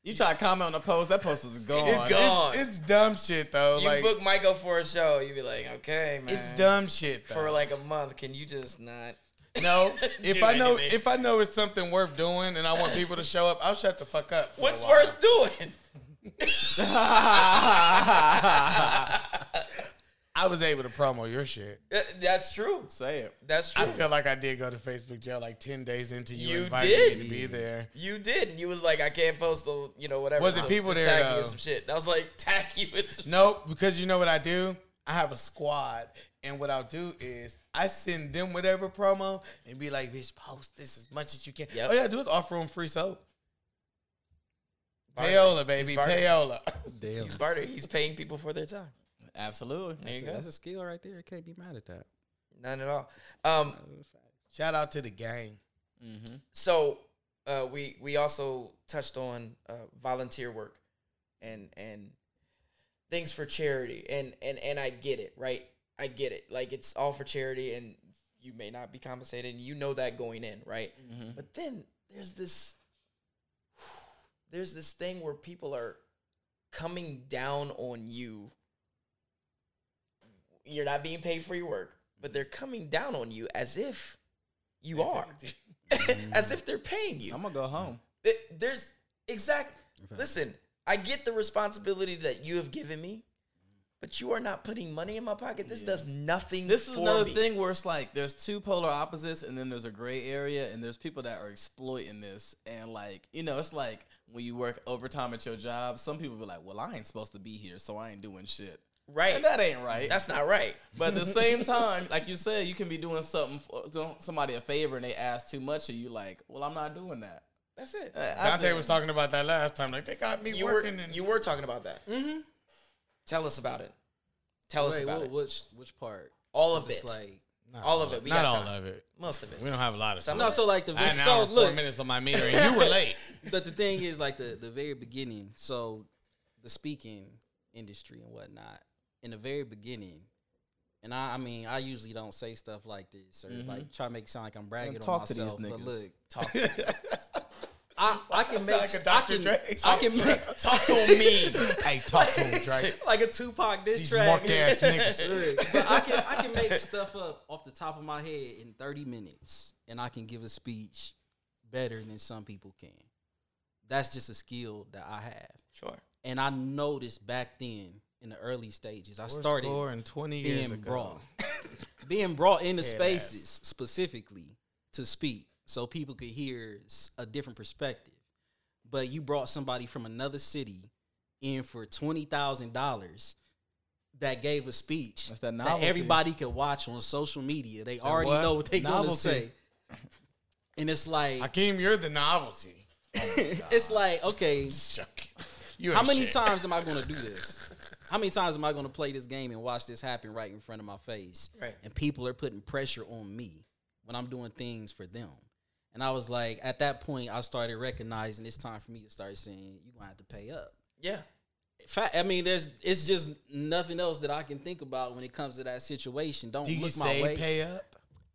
S4: You try to comment on the post. That post is gone.
S2: It's,
S3: gone.
S2: it's, it's dumb shit though.
S3: You
S2: like
S3: book Michael for a show, you'd be like, okay, man.
S2: it's dumb shit though.
S3: For like a month, can you just not?
S2: No, if
S3: Do
S2: I know
S3: anything.
S2: if I know it's something worth doing and I want people to show up, I'll shut the fuck up. for a
S3: What's
S2: while.
S3: worth doing?
S2: I was able to promo your shit.
S3: Uh, That's true.
S4: Say it.
S3: That's true.
S2: I feel like I did go to Facebook jail like ten days into you,
S3: You
S2: inviting
S3: did?
S2: me to be there.
S3: you did. And you was like, I can't post the, you know, whatever.
S2: Was it people
S3: just
S2: there,
S3: Tag me
S2: though?
S3: with some shit. And I was like, tag you with some
S2: Nope, because you know what I do? I have a squad. And what I'll do is I send them whatever promo and be like, bitch, post this as much as you can.
S3: Yep.
S2: All you gotta do is offer them free soap.
S3: Barter.
S2: Payola, baby.
S3: He's bartering.
S2: Payola.
S1: Damn.
S3: He's barter. He's paying people for their time.
S4: Absolutely.
S3: There you go.
S1: That's a skill right there. Can't be mad at that.
S3: None at all. Um,
S2: Shout out to the gang.
S4: Mm-hmm.
S3: so uh, we we also touched on uh, volunteer work and and things for charity and and and I get it right I get it like it's all for charity and you may not be compensated and you know that going in right
S4: Mm-hmm.
S3: but then there's this there's this thing where people are coming down on you you're not being paid for your work but they're coming down on you as if you are as if they're paying you
S4: I'm gonna go home.
S3: Th- there's exact
S1: Okay.
S3: listen i get the responsibility that you have given me but you are not putting money in my pocket this
S4: Yeah.
S3: does nothing
S4: This is
S3: for
S4: another
S3: me.
S4: thing where it's like there's two polar opposites, and then there's a gray area, and there's people that are exploiting this. And like, you know, it's like when you work overtime at your job, some people be like, "Well, I ain't supposed to be here, so I ain't doing shit,"
S3: right
S4: and that ain't right.
S3: that's not right
S4: but at the same time, like you said, you can be doing something for doing somebody a favor, and they ask too much, and you like, "Well, I'm not doing that."
S3: that's it
S4: Uh, I've
S2: Dante
S4: been-
S2: was talking about that last time. Like they got me
S3: you were
S2: working and
S3: you were talking about that. Mm-hmm. Tell us about it. Tell us
S1: Wait,
S3: about
S1: wha-
S3: it.
S1: which which part?
S3: All of
S1: It's
S3: it.
S1: like
S2: Not
S3: all of it. We
S2: not
S3: got
S2: all
S3: time.
S2: of it.
S3: most of it.
S2: We don't have a lot of
S3: Some
S2: stuff.
S1: no, so like the
S2: I had an
S1: so
S2: hour, and four
S1: look,
S2: minutes on my meter, and you were late.
S1: but the thing is like the the very beginning. So the speaking industry and whatnot in the very beginning. And I, I mean, I usually don't say stuff like this or like try to make it sound like I'm bragging
S4: Well, talk
S1: on
S4: to
S1: myself.
S4: these
S1: But
S4: niggas.
S1: look, talk. I, I can make
S2: like a
S1: I
S2: Dr.
S1: can,
S2: Dre.
S1: I can
S2: Talk
S1: make
S3: Talk to a meme.
S2: hey, talk to him, Drake.
S1: like a Tupac diss
S2: These
S1: track.
S2: marked ass niggas.
S1: Look, but I can I can make stuff up off the top of my head in 30 minutes and I can give a speech better than some people can. That's just a skill that I have.
S3: Sure.
S1: And I noticed back then in the early stages, I
S2: We're
S1: started
S2: scoring twenty years
S1: being
S2: ago.
S1: brought being brought into
S2: Head
S1: spaces specifically to speak so people could hear s- a different perspective but you brought somebody from another city in for $20000 that gave a speech
S4: That's that novelty.
S1: everybody could watch on social media they already
S2: what?
S1: know what they gonna
S4: Novelty.
S1: say and it's like
S2: Hakeem, you're the novelty.
S1: it's like okay
S2: Shuck. You
S1: How
S2: ain't
S1: many
S2: shit.
S1: times am I going to do this? How many times am I going to play this game and watch this happen right in front of my face?
S3: Right.
S1: And people are putting pressure on me when I'm doing things for them. And I was like, at that point, I started recognizing it's time for me to start saying, "You gonna have to pay up."
S3: Yeah.
S1: In fact, I mean, there's it's just nothing else that I can think about when it comes to that situation. Don't
S2: Do you
S1: look my way.
S2: say pay up?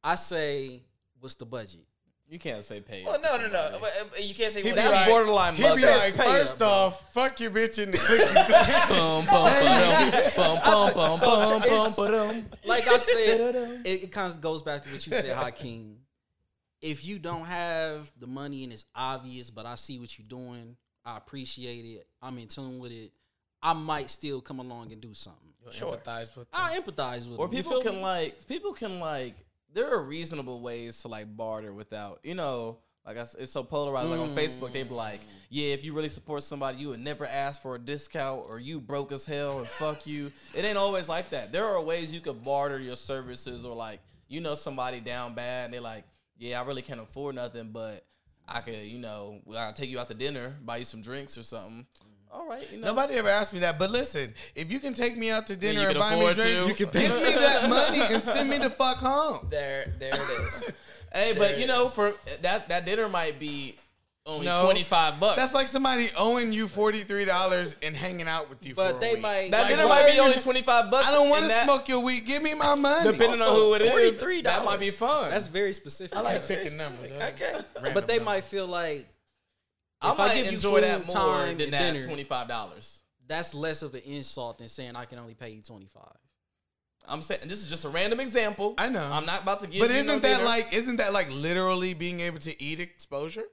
S1: I say, "What's the budget?"
S4: You can't say pay.
S3: Well,
S4: up to
S3: no, no, no.
S4: somebody.
S3: But, uh, You can't say
S2: He'd
S3: what
S2: be
S4: That's
S2: like-
S4: borderline.
S2: He'd
S4: mother-
S2: be like,
S4: Pay up,
S2: first
S4: bro.
S2: off, fuck your bitch in the clicky.
S4: Bum, bum, bum, bum, bum, bum, bum, bum, ba-dum.
S1: like I said, it, it kind of goes back to what you said, Hakeem. If you don't have the money and it's obvious, but I see what you're doing, I appreciate it. I'm in tune with it. I might still come along and do something.
S3: Sure.
S2: Empathize with them.
S1: I empathize with
S4: Or
S1: them, you
S4: people
S1: feel
S4: can
S1: me?
S4: like people can like there are reasonable ways to like barter without you know like I s it's so polarized. Like on Facebook, they be
S2: Mm.
S4: like, "Yeah, if you really support somebody, you would never ask for a discount, or you broke as hell, and fuck you." It ain't always like that. There are ways you could barter your services, or like you know somebody down bad, and they like, "Yeah, I really can't afford nothing, but I could, you know, I'll take you out to dinner, buy you some drinks or something." All right, you know,
S2: Mm. Nobody ever asked me that, but listen, if you can take me out to dinner
S4: you
S2: and
S4: can
S2: buy me
S4: afford
S2: drinks,
S4: to.
S2: you can give me that money and send me the fuck home.
S3: There, there it is.
S4: Hey, but
S3: There
S4: you
S3: it
S4: know,
S3: is.
S4: for that that dinner might be only
S2: No.
S4: twenty five bucks.
S2: That's like somebody owing you forty three dollars and hanging out with you. for
S1: but
S2: a
S1: they
S2: week.
S1: might.
S4: that
S2: like,
S4: dinner
S2: why
S4: might be
S2: you-
S4: only twenty five bucks.
S2: I don't want
S4: and
S2: to
S4: that-
S2: smoke your weed. Give me my money.
S4: Depending on
S3: Also,
S4: who it is,
S3: $43.
S4: that might be fun.
S1: that's very specific.
S2: I like
S1: but
S2: picking numbers.
S3: Okay.
S1: they might feel like if
S4: I might
S1: give you
S4: enjoy that
S1: food,
S4: more
S1: time,
S4: than
S1: and
S4: that
S1: dinner,
S4: twenty five dollars.
S1: That's less of an insult than saying I can only pay you twenty five.
S4: I'm saying this is just a random example.
S2: I know.
S4: I'm not about to give.
S2: But
S4: you no
S2: isn't that
S4: dinner.
S2: like isn't that like literally being able to eat exposure?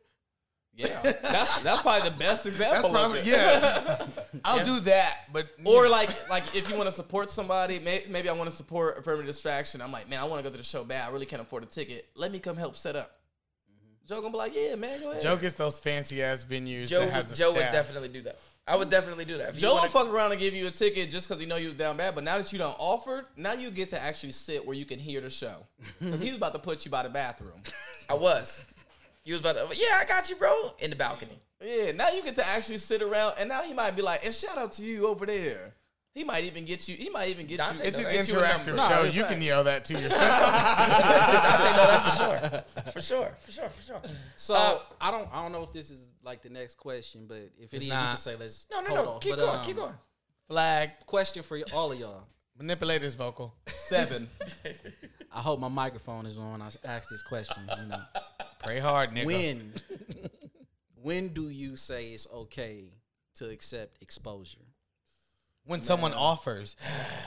S4: yeah? That's that's probably the best
S2: That's
S4: example.
S2: probably
S4: of it.
S2: yeah. I'll do that, but
S4: Or like like if you want to support somebody, may, maybe I want to support affirmative distraction. I'm like, man, I want to go to the show bad. I really can't afford a ticket. Let me come help set up. Joe gonna be like, yeah, man, go ahead.
S2: Joe gets those fancy ass venues
S3: Joe,
S2: that has a
S3: Joe would
S2: staff.
S3: definitely do that. I would definitely do that. If you
S4: Joe
S3: wanna-
S4: will fuck around and give you a ticket just because he know you was down bad. But now that you don't offer, now you get to actually sit where you can hear the show because he was about to put you by the bathroom.
S3: I was. You was about to, yeah, I got you, bro. In the balcony.
S4: Yeah, now you get to actually sit around, and now he might be like, and shout out to you over there. He might even get you. He might even get
S3: Dante
S4: you.
S2: it's an
S3: know
S4: get you a
S2: interactive
S4: number.
S2: show.
S4: Nah,
S2: you
S4: facts.
S2: can yell that to yourself.
S3: I know that for sure. For sure. For sure. For sure.
S1: So
S3: Uh,
S1: I don't I don't know if this is like the next question, but if it is, you
S2: not.
S1: can say let's
S3: No, no,
S1: hold
S3: no.
S1: off.
S3: keep
S1: But,
S3: going.
S1: um,
S3: keep going.
S2: Flag.
S1: Question for y- all of y'all.
S2: Manipulate his vocal.
S4: seven.
S1: I hope my microphone is on. I s- asked this question. You know,
S2: Pray hard, nigga.
S1: when when do you say it's okay to accept exposure?
S2: when someone offers.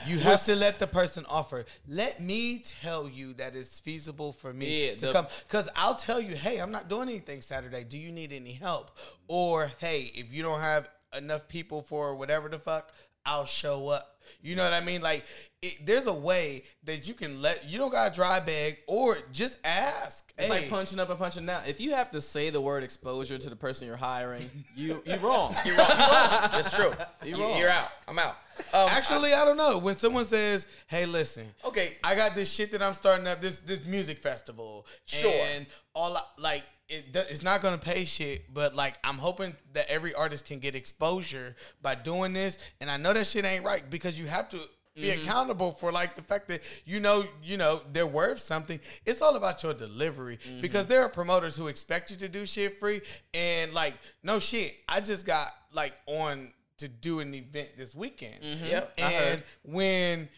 S2: You have to let the person offer. Let me tell you that it's feasible for me
S4: Yeah,
S2: to
S4: the-
S2: come. Because I'll tell you, hey, I'm not doing anything Saturday. Do you need any help? Or, hey, if you don't have enough people for whatever the fuck, I'll show up. You know what I mean? Like, it, there's a way that you can let, you don't got to dry bag or just ask.
S4: It's
S2: Hey.
S4: like punching up and punching down. If you have to say the word exposure to the person you're hiring, you you wrong.
S3: You're wrong. You're wrong. That's true.
S4: You're
S3: You-
S4: wrong.
S3: You're out. I'm out. Um,
S2: Actually, I don't know. When someone says, "Hey, listen,
S3: Okay.
S2: I got this shit that I'm starting up this this music festival,
S3: Sure.
S2: and all I, like it, do- it's not gonna pay shit, but like I'm hoping that every artist can get exposure by doing this, and I know that shit ain't right because you have to." Be accountable for like the fact that you know you know they're worth something. It's all about your delivery because there are promoters who expect you to do shit free and like no shit. I just got like on to do an event this weekend,
S3: Yep, Mm-hmm. I heard.
S2: and when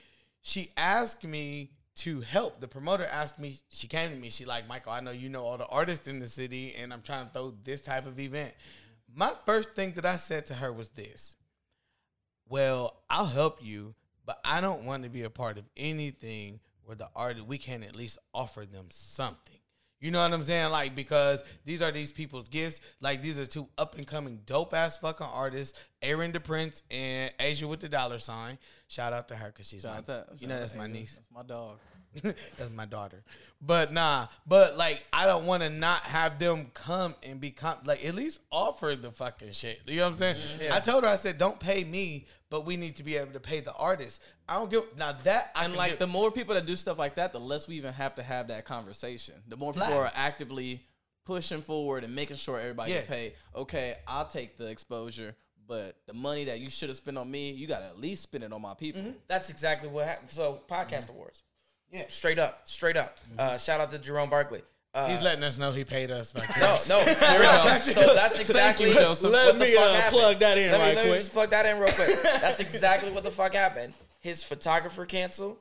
S2: she asked me to help, the promoter asked me, she came to me, she like, Michael, I know you know all the artists in the city, and I'm trying to throw this type of event. My first thing that I said to her was this. Well, I'll help you, but I don't want to be a part of anything where the artist we can at least offer them something. You know what I'm saying? Like because these are these people's gifts. Like these are two up and coming dope ass fucking artists, Aaron DePrince and Asia with the dollar sign. Shout out to her because she's
S4: Shout
S2: my,
S4: out to-
S2: you know
S4: shout out
S2: that's
S4: to
S2: my
S4: Angel.
S2: niece.
S4: That's my dog.
S2: That's my daughter. But nah, but like I don't want to not have them come and become like at least offer the fucking shit. You know what I'm saying?
S3: Mm-hmm.
S2: I told her I said don't pay me, but we need to be able to pay the artist. I don't give now that I
S4: And
S2: can
S4: like
S2: give-
S4: the more people that do stuff like that, the less we even have to have that conversation. The more people
S2: Flat.
S4: are actively pushing forward and making sure everybody
S2: Yeah.
S4: get paid. Okay, I'll take the exposure, but the money that you should have spent on me, you got to at least spend it on my people.
S3: That's exactly what happened. So podcast
S1: Mm-hmm.
S3: awards. Yeah. Straight up. Straight up. Uh, shout out to Jerome Barkley. Uh,
S2: he's letting us know he paid us. back
S3: no,
S2: there.
S3: no. for real. So that's exactly
S4: you, Joseph.
S3: what
S1: Let
S3: the
S1: me,
S3: fuck
S1: uh,
S3: happened.
S1: plug that in
S3: Let me-
S1: right
S3: let me
S1: quick.
S3: just plug that in real quick. That's exactly what the fuck happened. His photographer canceled.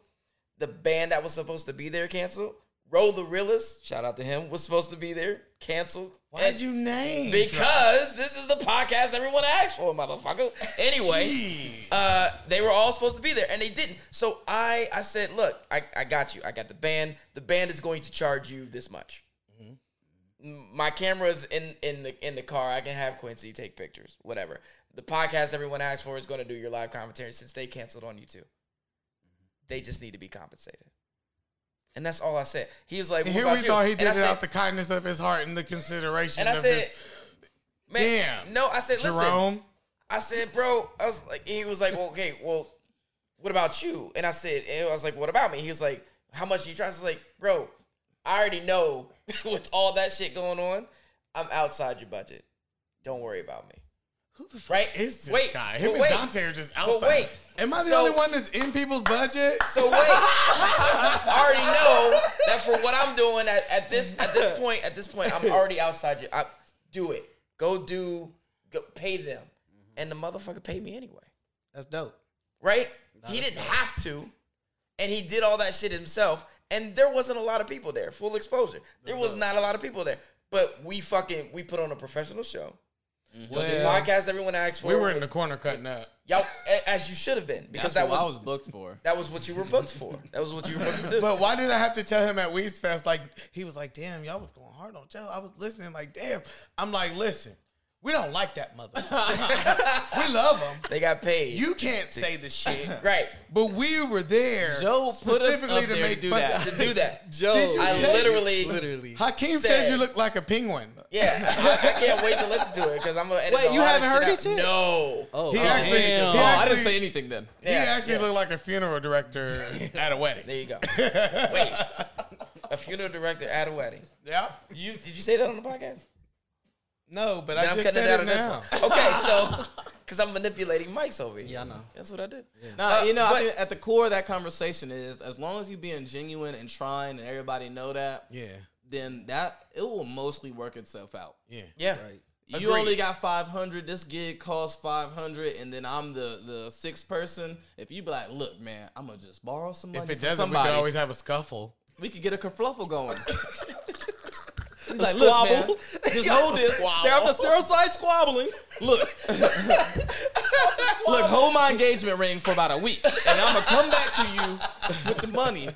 S3: The band that was supposed to be there canceled. Roll the realist. Shout out to him. Was supposed to be there. Canceled.
S2: Why'd
S3: And-
S2: you name?
S3: Because this is the podcast everyone asks for, motherfucker. Anyway, uh, they were all supposed to be there and they didn't. So I, I said, look, I, I got you. I got the band. The band is going to charge you this much. M- My camera's in in the in the car. I can have Quincy take pictures, whatever. The podcast everyone asks for is going to do your live commentary since they canceled on you too. They just need to be compensated, and that's all I said. He was like,
S2: And
S3: "What
S2: here
S3: about
S2: we
S3: you?"
S2: thought he
S3: And
S2: did
S3: I
S2: it
S3: said-
S2: out the kindness of his heart and the consideration
S3: and I
S2: of
S3: said, "Man,
S2: Damn.
S3: no." I said,
S2: his
S3: "Listen,
S2: Jerome.
S3: I said, bro, I was like, he was like, well, okay, well, what about you? And I said, and I was like, what about me? He was like, how much do you charge? I was like, bro, I already know with all that shit going on, I'm outside your budget. Don't worry about me.
S2: Who the fuck
S3: Right?
S2: is this
S3: Wait,
S2: guy?
S3: but
S2: Him and
S3: wait.
S2: Dante are just outside.
S3: wait.
S2: Am I the
S3: So-
S2: only one that's in people's budget?
S3: So wait, I already know that for what I'm doing at, at this at this point at this point I'm already outside your. I, do it. Go do. Go pay them, and the motherfucker paid me anyway.
S2: That's dope.
S3: right? he didn't have to, and he did all that shit himself. And there wasn't a lot of people there. Full exposure. There was not a lot of people there, but we fucking we put on a professional show. Yo, the
S2: Well,
S3: podcast everyone asked for.
S2: We were in
S3: was-
S2: the corner cutting up.
S3: y'all a- as you should have been because
S4: That's
S3: that
S4: what
S3: was,
S4: I was booked for.
S3: that was what you were booked for. That was what you were booked for. Doing.
S2: But why did I have to tell him at Wings Fest? Like he was like, "Damn, y'all was going hard on Joe." I was listening, like, "Damn." I'm like, "Listen, we don't like that mother. we love him.
S3: they got paid.
S2: You can't say the shit,
S3: right
S2: but we were there
S4: Joe put us
S2: specifically
S4: up
S2: to
S4: there
S2: make
S4: to do
S2: fun of-
S4: that.
S3: to do that.
S1: Joe,
S2: Did you
S3: I
S2: tell-
S3: literally,
S1: literally.
S2: Hakeem
S3: Said-
S2: says you look like a penguin.
S3: yeah. I, I can't wait to listen to it because I'm gonna edit
S1: Wait,
S3: a
S1: you
S3: lot
S1: haven't
S3: of
S1: heard
S3: shit
S1: it
S3: out.
S1: yet?
S3: No.
S1: Oh,
S2: He
S1: oh,
S2: actually- he
S1: damn.
S4: Oh, I
S2: actually-
S4: didn't say anything then.
S2: he
S3: Yeah,
S2: actually
S3: yeah.
S2: looked like a funeral director at a wedding.
S3: There you go. Wait, a funeral director at a wedding.
S2: Yeah.
S3: You did you say that on the podcast?
S2: No, but
S3: Then
S2: I just said it
S3: this
S2: now.
S3: one. Okay, so because I'm manipulating mics over here.
S1: Yeah, I know.
S3: That's what I do.
S4: Nah,
S3: Uh,
S4: you know, I
S3: but-
S4: think at the core of that conversation is as long as you being genuine and trying, and everybody know that,
S2: Yeah.
S4: then that it will mostly work itself out.
S2: Yeah.
S3: Yeah.
S1: Right.
S4: You
S3: Agreed.
S4: only got five hundred. This gig costs five hundred, and then I'm the the sixth person. If you be like, look, man, I'm gonna just borrow some money
S2: If it
S4: from
S2: doesn't,
S4: somebody,
S2: we could always have a scuffle.
S4: we could get a kerfluffle going. He's like,
S1: squabble?
S4: look, man, just hold this. There, I'm a zero side squabbling. Look, look, hold my engagement ring for about a week, and I'm gonna come back to you with the money.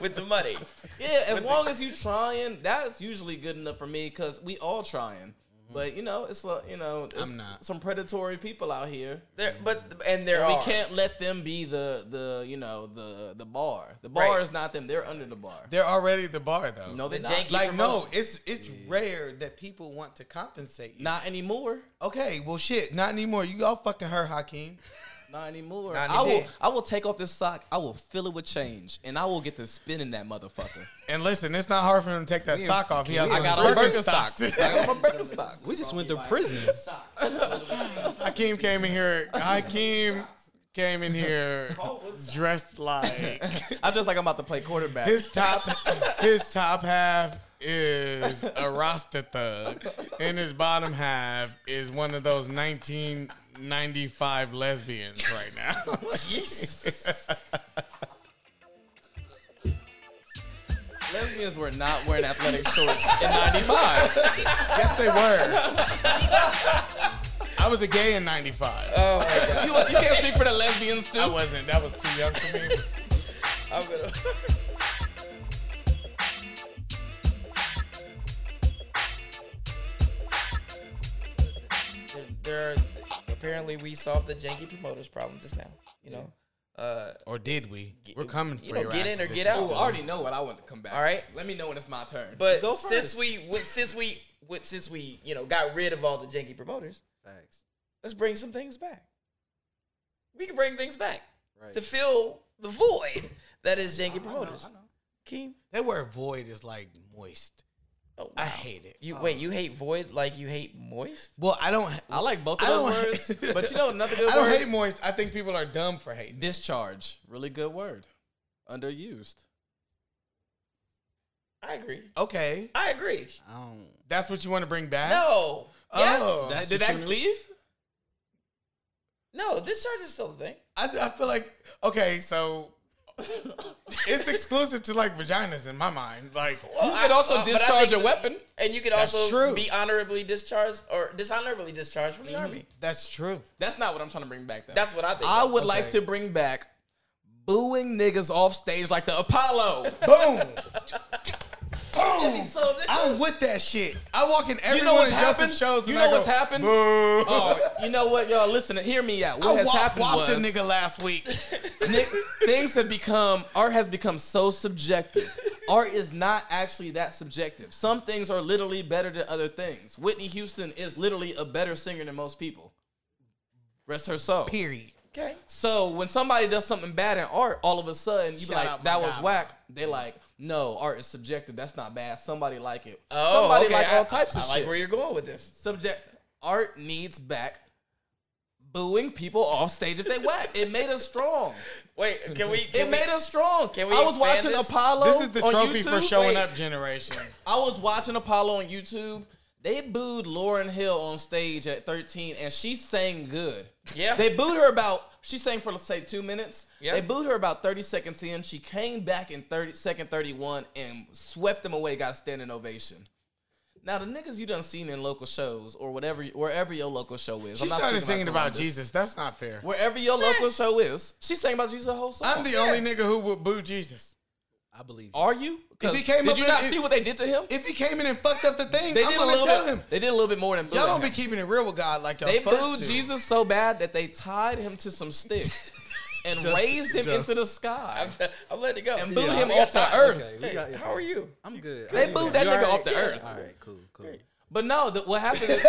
S3: With the money.
S4: Yeah, as long as you trying, that's usually good enough for me because we all trying. But you know, it's like you know, it's
S2: I'm not.
S4: some predatory people out here.
S3: There, but and there
S4: We
S3: are.
S4: can't let them be the the you know the the bar. The bar
S3: Right.
S4: is not them. They're under the bar.
S2: They're already the bar though.
S4: no,
S3: the
S4: they're not.
S3: janky
S2: Like no,
S3: promotion.
S2: it's it's rare that people want to compensate you.
S4: Not anymore. Oh,
S2: Okay, well shit, not anymore. You all fucking hurt Hakeem.
S4: Not anymore.
S3: Not
S4: I will.
S3: anymore.
S4: I will take off this sock. I will fill it with change, and I will get to spinning that motherfucker.
S2: And listen, it's not hard for him to take that sock off. He has
S4: I
S2: on
S4: got
S2: his
S4: on Birkenstocks. I got on my Birkenstocks.
S1: We just went to prison.
S2: Hakeem came in here. Hakeem came in here dressed like
S4: I'm just like I'm about to play quarterback.
S2: his top. His top half is a Rasta thug, and his bottom half is one of those 1995 lesbians right now.
S3: Jesus.
S4: Lesbians were not wearing athletic shorts in '95.
S2: yes, they were. I was a gay in '95.
S3: Oh my god.
S4: You, you can't speak for the lesbians
S2: I
S4: too.
S2: wasn't. That was too young for me.
S3: I'm gonna. Listen, there, there are, apparently we solved the janky promoters problem just now. You know, uh,
S2: Or did we? We're coming for
S3: You know,
S2: your
S3: get in
S2: asses
S3: or
S2: if
S3: get
S2: you
S3: out.
S2: still-
S4: Ooh, I already know what I want to come back.
S3: All right.
S4: Let me know when it's my turn.
S3: but
S1: Go
S3: since
S1: first.
S3: we, went- since we, went- since we, you know, got rid of all the janky promoters,
S1: Facts.
S3: let's bring some things back. We can bring things back
S1: Right.
S3: to fill the void that is janky promoters. Keem,
S2: That word void is like moist.
S3: oh, wow.
S2: I hate it.
S3: you. Wait, you hate void like you hate moist?
S2: Well, I don't.
S4: I like both
S2: I
S4: of those
S2: don't-
S4: words. But you know another good
S2: I don't
S4: word?
S2: hate moist. I think people are dumb for hating.
S4: Discharge. Really good word. Underused.
S3: I agree.
S2: Okay,
S3: I agree.
S1: I don't.
S2: that's what you want to bring back.
S3: No. Yes.
S2: Oh.
S4: Did-
S2: That's
S4: Did
S2: what
S4: that
S2: you-
S4: leave?
S3: No, discharge is still a thing.
S2: I, I feel like okay, so it's exclusive to like vaginas in my mind. Like,
S4: You could also
S3: but Oh, I
S4: discharge
S3: think-
S4: a weapon.
S3: And you could
S2: That's
S3: also
S2: true.
S3: be honorably discharged or dishonorably discharged from the army.
S2: that's true.
S4: That's not what I'm trying to bring back, though.
S3: That's what I think.
S4: I
S3: of.
S4: would like to bring back booing niggas off stage like the Apollo.
S2: Boom.
S4: Be so-
S2: I'm with that shit. I walk in every
S4: You know
S2: one of
S4: what's
S2: Joseph's
S4: happened?
S2: shows.
S4: You
S2: and
S4: know
S2: I go,
S4: what's happened?
S2: Boo.
S4: oh, you know what, y'all? Listen, hear me out. What
S2: I
S4: has
S2: wa-
S4: happened
S2: whopped
S4: was
S2: a nigga last week.
S4: Nick, things have become art has become so subjective. Art is not actually that subjective. Some things are literally better than other things. Whitney Houston is literally a better singer than most people. Rest her soul.
S2: Period.
S3: Okay.
S4: So when somebody does something bad in art, all of a sudden you be
S2: Shout out
S4: like,
S2: my
S4: "That was
S2: guy.
S4: whack." They like, "No, art is subjective. That's not bad. Somebody like it.
S3: Oh,
S4: somebody
S3: okay.
S4: like
S3: I-
S4: all types of
S3: I like
S4: shit."
S3: where you're going with this.
S4: subject art needs back booing people off stage if they whack. It made us strong.
S3: Wait, can we? Can
S4: It
S3: we,
S4: made us strong.
S3: can we
S4: I was
S3: expand
S4: watching
S3: this?
S4: Apollo.
S2: This is the
S4: on
S2: trophy for
S4: YouTube.
S2: showing
S4: Wait,
S2: up generation.
S4: I was watching Apollo on YouTube. They booed Lauren Hill on stage at 13, and she sang good.
S3: Yeah.
S4: They booed her about, she sang for, let's say, two minutes.
S3: Yeah.
S4: They booed her about 30 seconds in. She came back in 30, second 31 and swept them away, got a standing ovation. Now the niggas you done seen in local shows or whatever, wherever your local show is.
S2: She
S4: I'm not
S2: started
S4: speaking
S2: singing about
S4: Columbus.
S2: Jesus. That's not fair.
S4: Wherever your local show is, she sang about Jesus the whole song.
S2: I'm the only nigga who would boo Jesus.
S1: I believe. you.
S4: Are you? 'Cause
S2: If he came
S4: did
S2: up
S4: you
S2: in-
S4: not
S2: if-
S4: see what they did to him?
S2: If he came in and fucked up the thing,
S4: They
S2: I'm
S4: did a
S2: gonna
S4: little
S2: tell
S4: bit.
S2: him.
S4: They did a little bit more than
S2: Y'all don't
S4: booing
S2: be
S4: him.
S2: keeping it real with God like y'all.
S4: They
S2: supposed
S4: booed
S2: to.
S4: Jesus so bad that they tied him to some sticks and raised him into the sky.
S3: I'm, I'm letting it go.
S4: And booed him
S3: We got
S4: off the
S3: time.
S4: earth.
S1: Okay, we
S3: Hey,
S1: got it.
S3: how are you?
S1: I'm good.
S4: They
S1: I'm
S4: booed
S1: good.
S4: that
S1: You
S4: nigga
S1: all right?
S4: off the earth.
S1: All right, cool, cool.
S4: But no, the, what happened is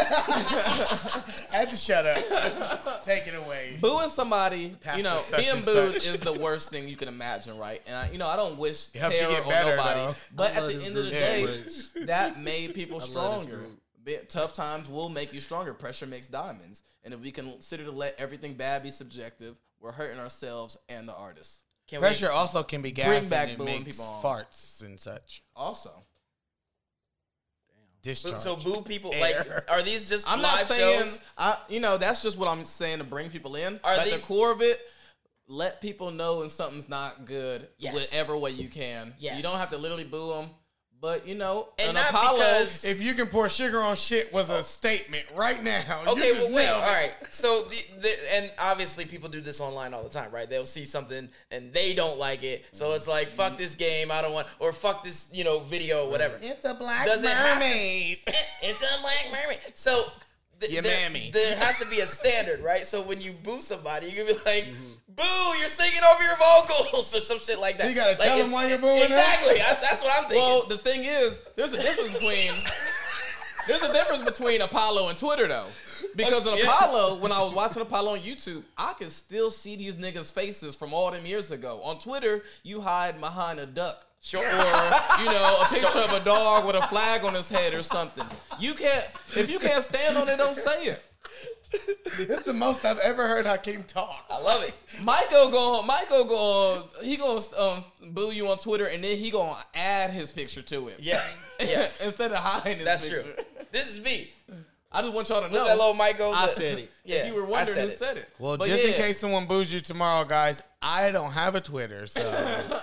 S2: I had to shut up. Take it away.
S4: booing somebody,
S2: Pastor
S4: you know,
S2: such
S4: being
S2: and
S4: booed
S2: such.
S4: is the worst thing you can imagine, right? And I, you know, I don't wish
S2: It helps you
S4: terror
S2: get
S4: on
S2: better,
S4: nobody,
S2: though.
S4: but
S1: I
S4: at
S1: love
S4: the
S1: this
S4: end of the
S1: group
S4: day,
S1: so
S4: that made people
S1: I love this
S4: stronger.
S1: group.
S4: Bit- Tough times will make you stronger. Pressure makes diamonds, and if we consider to let everything bad be subjective, we're hurting ourselves and the artist.
S3: Can we
S2: Pressure also can be gas
S4: Bring
S2: and
S4: back
S2: it
S4: booing
S2: makes
S4: people on.
S2: farts and such.
S4: Also,
S2: Discharge.
S3: So boo people
S2: Air.
S3: like are these just
S4: I'm
S3: live
S4: not saying
S3: shows?
S4: I you know, that's just what I'm saying to bring people in.
S3: Are
S4: but at
S3: these-
S4: the core of it, let people know when something's not good
S3: Yes.
S4: whatever way you can.
S3: Yes.
S4: You don't have to literally boo them, but you know,
S3: And
S4: an
S3: not
S4: Apollo
S3: because-
S2: if you can pour sugar on shit was a statement right now. you
S3: Okay,
S2: just
S3: well, wait.
S2: nailed it.
S3: All right. So, the, the and obviously people do this online all the time, right? They'll see something and they don't like it, so it's like fuck
S4: Mm-hmm.
S3: this game, I don't want, or fuck this, you know, video, whatever.
S2: It's a black
S3: Does it have to-
S2: mermaid.
S3: it's a black mermaid. So. th-
S2: Your
S3: there,
S2: mammy.
S3: there has to be a standard, right? So when you boo somebody, you can be like,
S4: Mm-hmm.
S3: "Boo! You're singing over your vocals" or some shit like that.
S2: you gotta
S3: Like,
S2: tell
S3: it's-
S2: them why you're booing them?
S3: Exactly. I, that's what I'm thinking.
S4: Well, the thing is, there's a difference between there's a difference between Apollo and Twitter though. Because in
S3: Yeah.
S4: Apollo, when I was watching Apollo on YouTube, I can still see these niggas' faces from all them years ago. On Twitter, you hide behind a duck. Or, you know, a picture of a dog with a flag on his head or something. You can't if you can't stand on it, don't say it.
S2: It's the most I've ever heard Hakeem talk.
S3: I love it.
S4: Michael go Michael go on he gonna um, boo you on Twitter and then he gonna add his picture to it.
S3: Yeah, yeah.
S4: Instead of hiding his
S3: That's
S4: picture.
S3: true. This is me.
S4: I just want y'all to know.
S3: What's that little Michael?
S1: I
S3: The-
S1: said it.
S3: Yeah,
S4: if you were
S3: I
S4: wondering
S3: said
S4: who
S3: it.
S4: said it.
S2: Well,
S4: But
S2: just in
S4: yeah,
S2: case someone boos you tomorrow, guys, I don't have a Twitter, so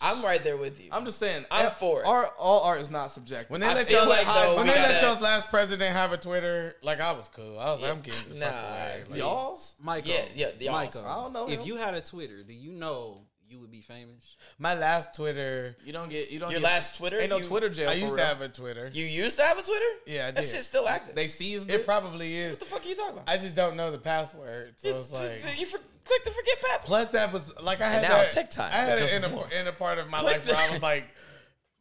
S3: I'm right there with you.
S4: I'm just saying.
S3: I'm
S4: art-
S3: for it.
S4: Art, all art is not subjective.
S2: when they
S4: I
S2: let
S4: feel
S2: y'all
S3: like,
S4: hide
S3: though,
S2: when
S4: behind
S2: they
S3: we
S2: let
S3: gotta-
S2: y'all's last president have a Twitter, like I was cool. I was, I'm getting the fuck
S3: Nah,
S2: away. Like,
S4: y'all's.
S1: Michael,
S3: Yeah, yeah, the alls.
S1: Michael.
S4: I don't know
S1: If
S4: him.
S1: you had a Twitter, do you know you would be famous?
S2: my last Twitter,
S4: You don't get. You don't.
S3: Your
S4: get,
S3: last Twitter?
S4: Ain't no
S3: you,
S4: Twitter jail.
S2: I
S4: for
S2: used to
S4: real.
S2: have a Twitter.
S3: You used to have a Twitter?
S2: Yeah, I
S3: That
S2: did.
S3: shit's still active.
S4: They seized
S2: It
S4: it.
S2: probably is.
S3: what the fuck are you talking about?
S2: I just don't know the password, so it's like.
S3: you for, click the forget password.
S2: Plus, that was like I had
S3: now
S2: that,
S3: TikTok.
S2: I had
S3: Which
S2: it
S3: is
S2: in a, in a part of my
S3: Click
S2: life where I
S3: the-
S2: was like,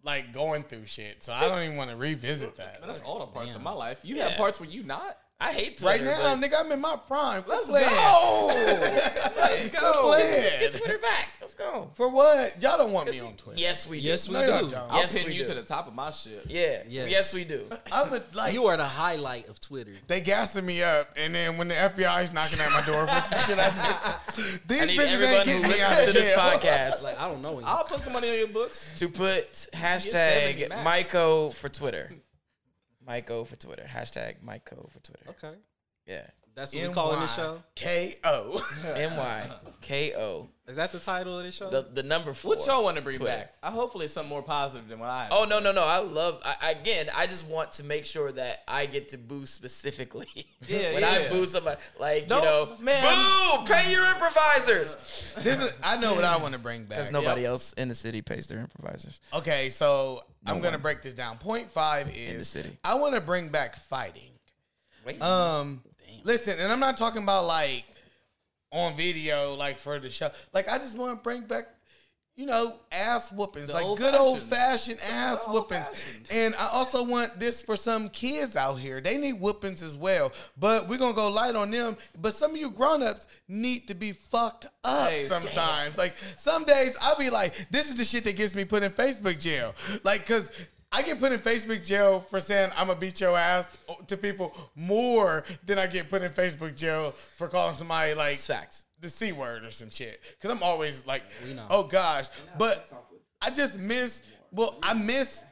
S2: like going through shit. So I don't even want to revisit that.
S4: But that's all the parts
S1: Damn.
S4: of my life. You
S3: Yeah.
S4: have parts where you not.
S3: I hate Twitter.
S2: Right now,
S3: but-
S2: nigga, I'm in my prime. Quit
S4: Let's
S2: playing.
S4: go.
S2: Let's
S4: go.
S3: Get Twitter back. Let's go.
S2: For what? Y'all don't want me on Twitter.
S3: Yes, we do.
S1: Yes, we
S2: No, y'all
S1: do.
S2: don't.
S4: I'll
S3: Yes,
S4: pin
S3: we
S4: you
S3: do.
S4: to the top of my shit.
S3: Yeah.
S1: Yes.
S3: Yes. we do.
S2: I'm a, like
S1: You are the highlight of Twitter.
S2: they gassing me up, and then when the FBI is knocking at my door for some shit, I said, these
S3: I need
S2: bitches ain't
S3: everyone who
S2: getting me out
S3: listens to
S2: of
S3: this
S2: jail.
S3: podcast
S1: Like I don't know. You.
S4: I'll put some money on your books.
S3: to put
S4: Yosemite
S3: hashtag
S4: Max.
S3: Myco for Twitter. Myco for Twitter. Hashtag Myco for Twitter.
S1: Okay,
S3: Yeah.
S1: that's what we calling this show.
S2: K.O.
S3: M Y K O.
S1: Is that the title of this show?
S3: The the number four.
S4: What y'all want to bring
S3: Twitter.
S4: back? I hopefully it's something more positive than what I. Have
S3: Oh no no no! I love I, again. I just want to make sure that I get to boo specifically.
S4: Yeah,
S3: when I
S4: yeah.
S3: boo somebody, like
S4: Don't-
S3: you know,
S4: man,
S3: boo! Pay your improvisers
S2: This is I know what I want to bring back.
S3: because nobody else in the city pays their improvisers.
S2: Okay, so I'm gonna
S3: one.
S2: break this down. Point five
S3: the
S2: is
S3: city.
S2: I want to bring back fighting.
S3: Wait.
S2: Um, listen, and I'm not talking about like on video, like for the show. Like I just want to bring back, you know, ass whoopings,
S4: The
S2: like
S4: old
S2: good old fashioned
S4: fashions.
S2: ass
S4: old
S2: whoopings.
S4: fashions.
S2: And I also want this for some kids out here. They need whoopings as well, but we're gonna go light on them. But some of you grown ups need to be fucked up
S4: Hey,
S2: sometimes. Like some days I'll be like, this is the shit that gets me put in Facebook jail. Like, cause I get put in Facebook jail for saying I'm gonna beat your ass to people more than I get put in Facebook jail for calling somebody like
S3: It's facts.
S2: the c word or some shit. Cause I'm always like,
S1: We know.
S2: oh gosh, but I just miss. Well, I miss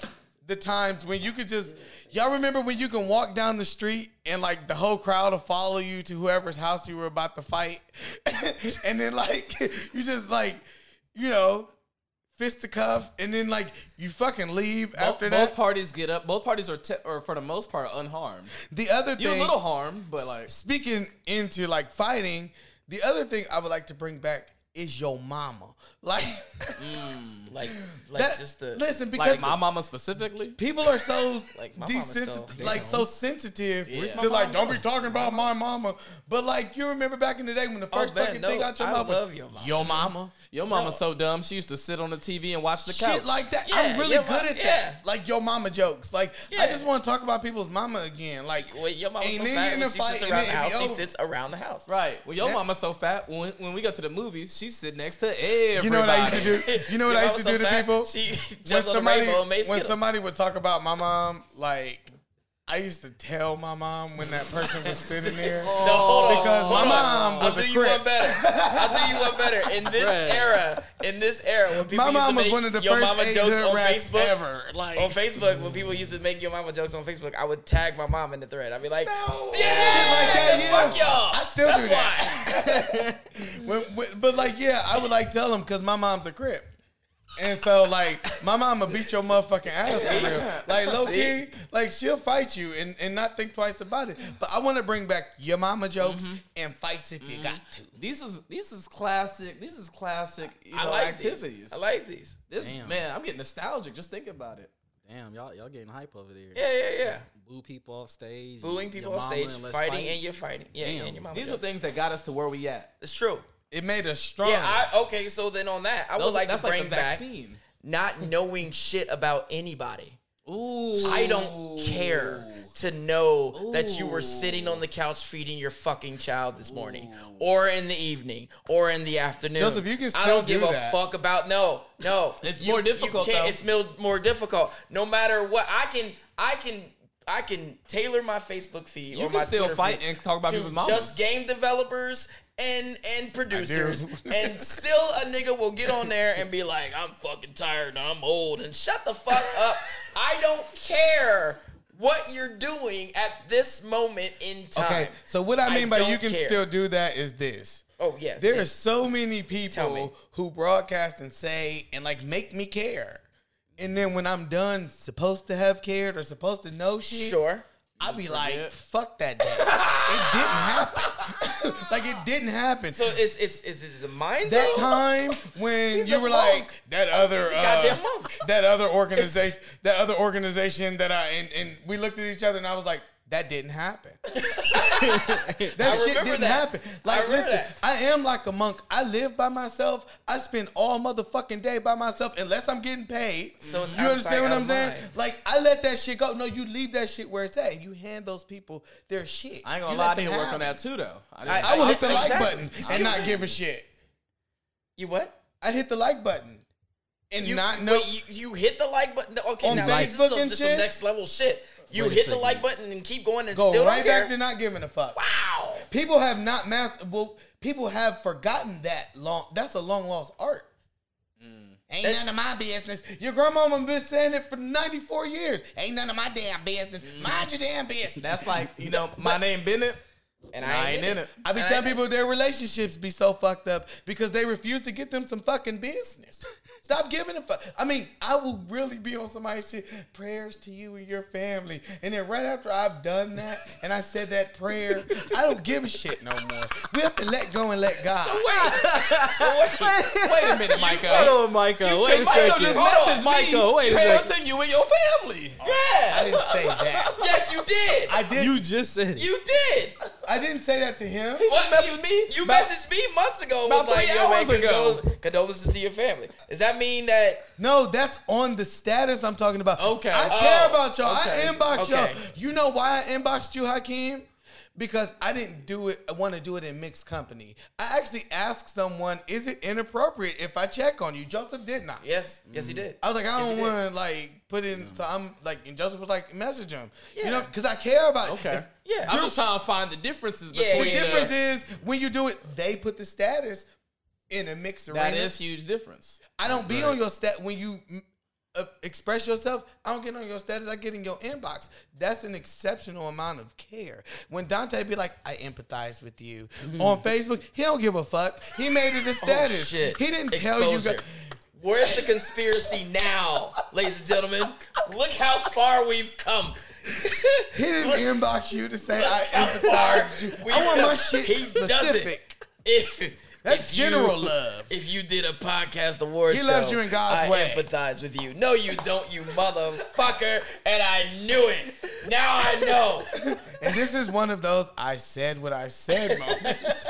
S2: the times when you could just. Y'all remember when you can walk down the street and like the whole crowd will follow you to whoever's house you were about to fight, and then like you just like, you know, fisticuff, and then like you fucking leave after
S4: both,
S2: that.
S4: both parties get up. Both parties are, te- or for the most part, unharmed.
S2: the other
S4: You're
S2: thing,
S4: a little harmed, but like,
S2: speaking into like fighting, the other thing I would like to bring back is your mama. Like,
S3: Mm, Like, like
S2: that,
S3: just the
S2: listen because
S4: like my mama specifically.
S2: people are so
S3: Like, my mama's
S2: desensitized,
S3: still-
S2: like so sensitive
S4: Yeah.
S2: to like don't be talking about my mama. But like you remember back in the day when the first
S3: Oh, man,
S2: fucking
S3: no,
S2: thing out your
S3: I
S2: mouth was
S3: love your mama.
S2: your mama.
S4: Your mama's so dumb. She used to sit on the TV and watch the couch.
S2: Shit like that.
S3: Yeah,
S2: I'm really
S3: your
S2: good
S3: ma-
S2: at
S3: yeah.
S2: that. Like your mama jokes. Like I
S3: Yeah.
S2: just want to talk about people's mama again. Like
S3: Well, your mama's
S2: and
S3: so
S2: then
S3: fat
S2: in
S3: when
S2: a
S3: she
S2: fight,
S3: sits
S2: and
S3: around
S2: then it
S3: the
S2: be
S3: house. She
S2: over.
S3: sits around the house.
S4: Right. Well, your
S2: That-
S4: mama's so fat. When when we go to the movies, she's sitting next to everybody.
S2: You know what I used to do? You know what
S3: Your
S2: I used to
S3: mama's so
S2: do to
S3: fat,
S2: people?
S3: She
S2: when
S3: jumped on the
S2: somebody
S3: rainbow and made
S2: when
S3: Skittles.
S2: somebody would talk about my mom, like I used to tell my mom when that person was sitting there.
S3: No, hold on.
S2: Because my
S3: hold
S2: mom
S3: on.
S2: was
S3: I'll
S2: a
S3: do you
S2: crip.
S3: one better. I'll do you one better. In this
S1: Bruh.
S3: era, in this era, when
S2: My
S3: people used to
S2: mom was
S3: make
S2: one of the
S3: your
S2: first
S3: mama
S2: AIDS
S3: jokes
S2: hood
S3: on
S2: rats
S3: Facebook Oh,
S2: ever. Like
S3: On Facebook, when people used to make your mama jokes on Facebook, I would tag my mom in the thread. I'd be like,
S2: No.
S3: "Yeah,
S2: Shit like that,
S3: fuck
S2: yeah.
S3: y'all."
S2: I still
S3: That's
S2: do that.
S3: Why.
S2: When- when- but like, yeah, I would like tell them because my mom's a crip. And so, like, my mama beat your motherfucking ass for real. Like, low key, like, she'll fight you and, and not think twice about it. But I want to bring back your mama jokes
S3: Mm-hmm.
S2: and fights if you got to.
S4: These is these is classic. These is classic. You know,
S3: I like
S4: activities.
S3: these. I like these.
S4: this.
S1: Damn.
S4: Man, I'm getting nostalgic just thinking about it.
S1: Damn, y'all y'all getting hype over there.
S3: Yeah, yeah, yeah.
S1: Boo people off stage.
S3: Booing
S1: your
S3: people off
S1: mama
S3: stage,
S1: and
S3: fighting,
S1: let's fight.
S3: and you're fighting. Oh, Yeah,
S1: Damn.
S3: and your mama.
S4: These are
S3: jokes.
S4: things that got us to where we at.
S3: It's true.
S2: It made us strong.
S3: Yeah. I, okay. So then on that, I
S4: Those,
S3: would like to
S4: that's
S3: bring
S4: like the
S3: back
S4: vaccine.
S3: not knowing shit about anybody.
S4: Ooh,
S3: I don't care to know that you were sitting on the couch feeding your fucking child this morning, or in the evening, or in the afternoon.
S2: Joseph, you can
S3: I
S2: still
S3: don't give
S2: do
S3: a
S2: that.
S3: fuck about no, no.
S4: It's
S3: You-
S4: more
S3: you
S4: difficult,
S3: can't-
S4: though.
S3: It's mil- more difficult. No matter what, I can, I can, I can tailor my Facebook feed
S4: You
S3: or
S4: can
S3: my
S4: still
S3: Twitter
S4: fight
S3: feed
S4: and talk about
S3: to
S4: people's mamas.
S3: Just game developers. And and producers, and still a nigga will get on there and be like, "I'm fucking tired and I'm old," and shut the fuck up. I don't care what you're doing at this moment in time.
S2: Okay, so what I
S3: I
S2: mean by you
S3: don't
S2: can
S3: care.
S2: still do that is this.
S3: Oh yeah,
S2: There are so many
S3: me.
S2: people who broadcast and say and like make me care. And then when I'm done, supposed to have cared or supposed to know shit,
S3: sure.
S2: I'll be like, fuck that day. it didn't happen. like it didn't happen.
S3: So it's it's is it a mind
S2: that
S3: thing?
S2: time when
S3: He's
S2: you
S3: a
S2: were
S3: monk.
S2: like that other
S3: a
S2: uh,
S3: goddamn monk.
S2: that other organization, that other organization that I and, and we looked at each other and I was like, that didn't happen. that
S3: I
S2: shit
S3: remember
S2: didn't
S3: that.
S2: happen.
S3: I
S2: Like,
S3: remember
S2: listen,
S3: that.
S2: I am like a monk. I live by myself. I spend all motherfucking day by myself unless I'm getting paid.
S3: So it's
S2: you understand
S3: outside
S2: what
S3: our
S2: I'm saying?
S3: mind.
S2: Like, I let that shit go. No, you leave that shit where it's at. You hand those people their shit.
S4: I ain't gonna
S2: You
S4: lie,
S2: let
S4: I need
S2: them
S4: to work
S2: have
S4: on
S2: it.
S4: that too, though. I,
S3: I-
S4: didn't-
S2: I would hit the like
S3: Exactly.
S2: button
S3: You see
S2: and
S3: what I'm
S2: not give a shit.
S3: You what?
S2: I'd hit the like button and
S3: You
S2: not know.
S3: wait, you, you hit the like button. Okay,
S2: On
S3: now this is
S2: Facebook
S3: some,
S2: and
S3: this some
S2: shit?
S3: next level shit. You
S1: Wait a
S3: hit the
S1: second.
S3: like button and keep going and
S2: go
S3: still
S2: right
S3: don't care.
S2: back to not giving a fuck.
S3: wow.
S2: People have not mastered. Well, people have forgotten that long. That's a long lost art. Ain't none of my business. Your grandmama been saying it for ninety four years. Ain't none of my damn business. Mind your damn business.
S4: that's like you know, my name Bennett.
S3: And
S4: I ain't in it.
S2: I be
S3: And I-
S2: telling people their relationships be so fucked up because they refuse to get them some fucking business. Stop giving a fuck. I mean, I will really be on somebody's shit. Prayers to you and your family. And then right after I've done that and I said that prayer, I don't give a shit no more. We have to let go and let God.
S4: Wait a minute, Micah.
S1: Hold on, Micah. Wait a
S4: Micah
S1: second.
S4: just
S1: Hold
S4: messaged
S1: on,
S4: me.
S1: Micah, wait a
S4: Prayers
S1: second.
S4: to you and your family.
S2: I
S3: Yeah.
S2: didn't say that.
S3: Yes, you did.
S2: I did.
S1: You just said it.
S3: you did.
S2: I didn't say that to him.
S3: What
S4: messaged
S3: you,
S4: me?
S3: You
S4: About-
S3: messaged me months ago.
S4: about
S3: was like,
S4: three
S3: yo, man,
S4: hours ago.
S3: condol- Condolences to your family. Does that mean that
S2: No, that's on the status I'm talking about.
S4: Okay.
S2: I care
S3: Oh,
S2: about y'all. I
S3: okay.
S2: inbox
S3: Okay.
S2: y'all. You know why I inboxed you, Hakeem? Because I didn't do it. I want to do it in mixed company. I actually asked someone, "Is it inappropriate if I check on you?" Joseph did not.
S3: Yes, yes, he did.
S2: I was like, I
S3: Yes,
S2: don't
S3: you did.
S2: want to like put in. So I'm like, and Joseph was like, message him. You
S3: Yeah.
S2: know, because I care about.
S4: Okay.
S2: if-
S3: Yeah.
S4: I'm just trying to find the differences
S3: Yeah,
S4: between
S2: the
S3: yeah.
S2: difference is when you do it, they put the status in a mixed arena.
S4: That is huge difference.
S2: I don't be on your stat when you mm, uh, express yourself. I don't get on your status. I get in your inbox. That's an exceptional amount of care. When Dante be like, "I empathize with you"
S3: Mm-hmm.
S2: on Facebook, he don't give a fuck. He made it a status.
S3: Oh, shit.
S2: He didn't tell you.
S3: Exposure.
S2: guys-
S3: Where's the conspiracy now, ladies and gentlemen? Look how far we've come.
S2: He didn't inbox you to say I
S3: How far
S2: empathize you.
S3: we-
S2: I want my shit
S3: He does it.
S2: specific.
S3: If
S2: That's
S3: if you-
S2: general love.
S3: If you did a podcast award
S2: He
S3: show,
S2: loves you in God's
S3: I
S2: way.
S3: empathize with you. No, you don't, you motherfucker. And I knew it. Now I know.
S2: And this is one of those I said what I said moments.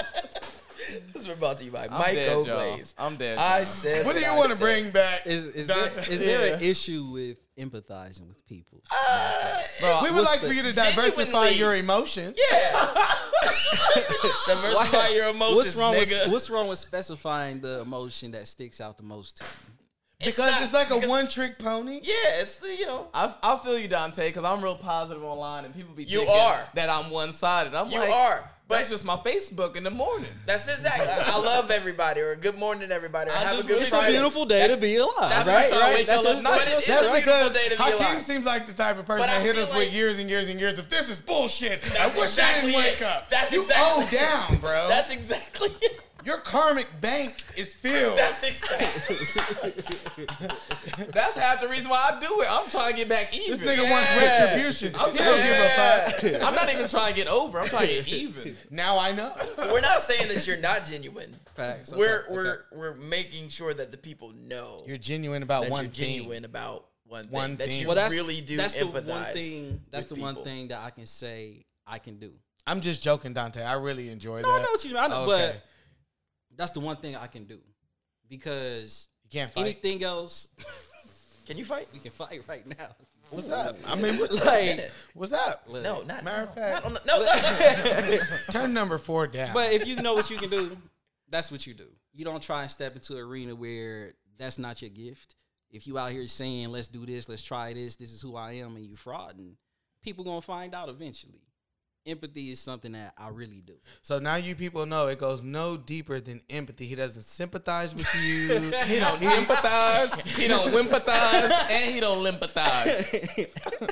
S3: This was brought to you by
S4: I'm
S3: Mike
S4: dead, y'all.
S3: O'Blaze.
S4: I'm dead.
S3: I
S4: y'all.
S3: said.
S2: What do you
S3: I
S2: want to
S3: said. uh,
S2: bring back?
S1: Is is there,
S2: Dante?
S1: is there an
S4: Yeah.
S1: issue with empathizing with people?
S4: Bro,
S2: we would
S1: what's
S2: like
S1: the-
S2: for you to diversify
S3: Genuinely.
S2: your emotions.
S3: Yeah. Diversify
S1: Why-
S3: your emotions,
S1: What's wrong
S3: nigga.
S1: with what's wrong with specifying the emotion that sticks out the most to you?
S2: Because
S3: not-
S2: it's like a
S3: because-
S2: one trick pony.
S3: Yeah, it's the, you know.
S4: I, I feel you, Dante, because I'm real positive online, and people be
S3: You
S4: thinking
S3: are.
S4: that I'm one sided. I'm
S3: You
S4: like,
S3: are, but-
S4: that's just my Facebook in the morning.
S3: That's exactly. I love everybody, or good morning, everybody. Or
S4: I
S3: have a
S4: just
S3: good
S4: really- It's a
S3: Friday.
S1: beautiful day
S3: That's-
S1: to be alive,
S3: that's
S1: right?
S3: what y'all
S1: Right?
S3: wake
S1: That's
S3: up
S1: a-
S3: and-
S1: that's
S3: but
S1: a-
S3: it is
S1: that's
S3: a
S1: like
S3: beautiful day to be
S2: Hakeem
S3: alive.
S2: seems like the type of person
S3: But I
S2: that hit
S3: feel
S2: us
S3: like-
S2: with years and years and years of this is bullshit. I
S3: That's
S2: wish
S3: exactly
S2: I didn't
S3: it.
S2: wake up.
S3: That's
S2: you
S3: exactly
S2: owe down, bro.
S3: That's exactly. It.
S2: your karmic bank is filled.
S3: That's exactly.
S4: That's half the reason why I do it. I'm trying to get back even.
S2: this nigga wants
S3: Yeah.
S2: retribution.
S4: I'm
S2: He
S4: telling
S2: don't
S4: you.
S2: give a fuck.
S4: I'm not even trying to get over. I'm trying to get even.
S2: now I know.
S3: We're not saying that you're not genuine.
S1: Facts, okay,
S3: we're
S1: okay.
S3: we're we're making sure that the people know
S2: You're genuine about
S3: that
S2: one
S3: you're
S2: thing.
S3: genuine about one thing.
S2: One
S3: that
S2: thing.
S3: you
S2: Well,
S3: really do
S1: that's the
S3: empathize.
S1: one thing. That's
S3: with
S1: the one
S3: people.
S1: thing that I can say I can do.
S2: I'm just joking, Dante. I really enjoy
S1: No, I
S2: that.
S1: know what you mean. I know,
S2: Okay.
S1: but that's the one thing I can do because
S2: you can't fight.
S1: anything else
S3: Can you fight?
S1: we can fight right now.
S2: What's up? I mean, what,
S1: Like,
S2: what's up?
S1: look,
S3: No, not
S2: Matter
S3: no,
S2: of fact-
S3: not on the- no, no.
S2: Turn number four down.
S1: But if you know what you can do, that's what you do. You don't try and step into an arena where that's not your gift. If you out here saying, let's do this, let's try this, this is who I am, and you frauding, people gonna find out eventually. Empathy is something that I really do.
S2: So now you people know it goes no deeper than empathy. He doesn't sympathize with you. he don't
S4: Empathize. He don't empathize, and he don't empathize.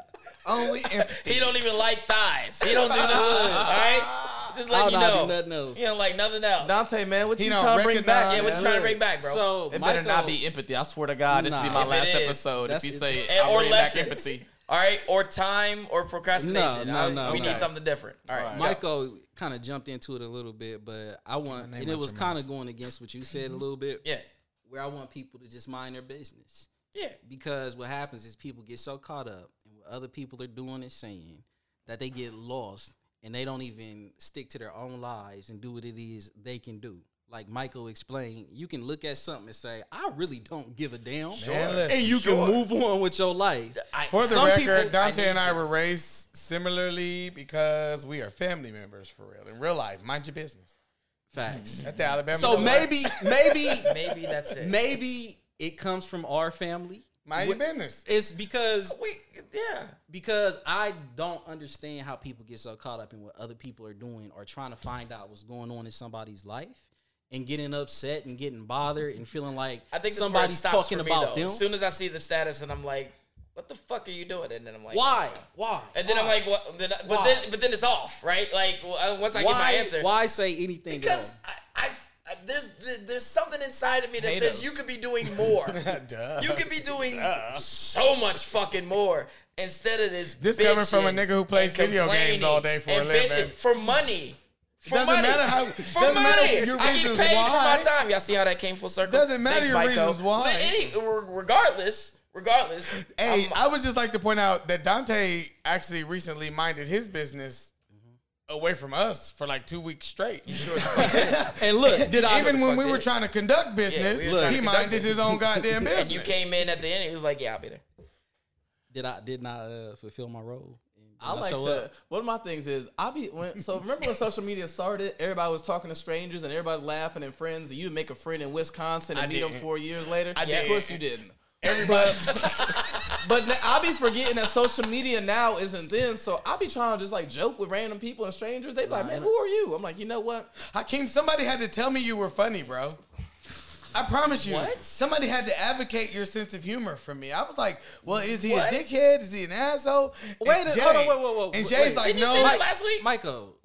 S2: only empathy.
S3: he don't even like thighs. He don't do the hood. All right, just
S1: I
S3: letting you
S1: don't do
S3: know.
S1: nothing else.
S3: He don't like nothing else.
S4: Dante, man, what
S2: He
S4: you
S2: don't
S4: trying to bring back?
S2: recognize-
S3: yeah,
S2: man,
S3: what you trying to
S2: look.
S3: bring back, bro?
S1: So
S4: It
S1: Michael,
S4: better not be empathy. I swear to God, this will be
S1: Nah.
S4: my
S1: If it
S4: last
S3: is,
S4: episode. If
S1: that's
S4: you
S1: it.
S4: say
S3: And-
S4: I'm
S3: Eh, or
S4: bringing back
S3: lessons.
S4: empathy,
S3: All right, or time or procrastination.
S1: No, no,
S3: All right,
S1: no,
S3: we
S1: no.
S3: need something different. All right, go.
S1: Michael kind of jumped into it a little bit, but I want,
S2: name
S1: and
S2: out
S1: it was
S2: your
S1: kind of going against what you said a little bit.
S3: yeah,
S1: Where I want people to just mind their business.
S3: yeah.
S1: because what happens is people get so caught up in what other people are doing and saying that they get lost and they don't even stick to their own lives and do what it is they can do. Like Michael explained, you can look at something and say, "I really don't give a damn,"
S2: Man, listen,
S1: and you
S3: sure.
S1: can move on with your life.
S3: I,
S2: For the
S1: Some
S2: record,
S1: people-
S2: Dante
S1: I need
S2: and I
S1: to-
S2: were raised similarly because we are family members for real. In real life, mind your business.
S1: Facts.
S2: That's the Alabama.
S1: so
S2: way.
S1: maybe, maybe,
S3: maybe that's it.
S1: maybe it comes from our family.
S2: mind your business.
S1: It's because
S3: we, yeah.
S1: because I don't understand how people get so caught up in what other people are doing or trying to find out what's going on in somebody's life and getting upset and getting bothered and feeling like
S3: I think somebody
S1: somebody's
S3: stops
S1: talking
S3: for me,
S1: about
S3: though.
S1: them.
S3: As soon as I see the status, and I'm like, "What the fuck are you doing?" And then I'm like,
S1: why? Why?
S3: And then I'm like, "What?" Then, but
S1: Why?
S3: then, but then it's off, right? Like w- uh, once I
S1: why,
S3: get my answer,
S1: why say anything?
S3: Because
S1: else?
S3: I, I've, I, there's th- there's something inside of me that
S4: Haters.
S3: says you could be doing more.
S2: Duh.
S3: you could be doing so much fucking more instead of this.
S2: This coming from a
S3: bitching
S2: nigga who plays
S3: and
S2: video games
S3: complaining
S2: all day for a
S3: and
S2: living.
S3: bitching for money. For
S2: doesn't
S3: money.
S2: matter how-
S3: For
S2: doesn't matter
S3: money.
S2: your
S3: I get
S2: reasons
S3: paid
S2: why.
S3: for my time. Y'all see how that came full circle.
S2: Doesn't matter your
S3: Michael.
S2: reasons why.
S3: But any, regardless, regardless.
S2: Hey,
S3: I'm-
S2: i would just like to point out that Dante actually recently minded his business away from us for like two weeks straight.
S1: and look, did I
S2: Even when we
S3: fuck
S2: were
S3: did.
S2: trying to conduct business,
S3: were trying
S2: he
S3: to conduct
S2: minded his own goddamn business.
S3: and you came in at the end. He was like, "Yeah, I'll be there."
S1: did I did not uh, fulfill my role? Did
S4: I like
S1: show
S4: to.
S1: up?
S4: One of my things is I be when, so remember when social media started, everybody was talking to strangers and everybody's laughing and friends, and you make a friend in Wisconsin and
S2: I
S4: meet him
S2: didn't.
S4: four years later. I
S3: didn't.
S4: Of course you didn't.
S2: Everybody,
S4: But now, I be forgetting that social media now isn't then, so I be trying to just like joke with random people and strangers. They be like, "Man, who are you?" I'm like, "You know what?
S2: Hakeem, somebody had to tell me you were funny, bro. I promise you.
S3: What?
S2: Somebody had to advocate your sense of humor for me. I was like, well, is he
S3: What?
S2: a dickhead? Is he an asshole? And
S1: Wait a-
S2: Jay-
S1: hold on, wait, wait, wait,
S2: And
S1: wait.
S2: Jay's like,
S3: Didn't you
S2: no.
S1: Oh,
S3: see my last week?
S1: Michael,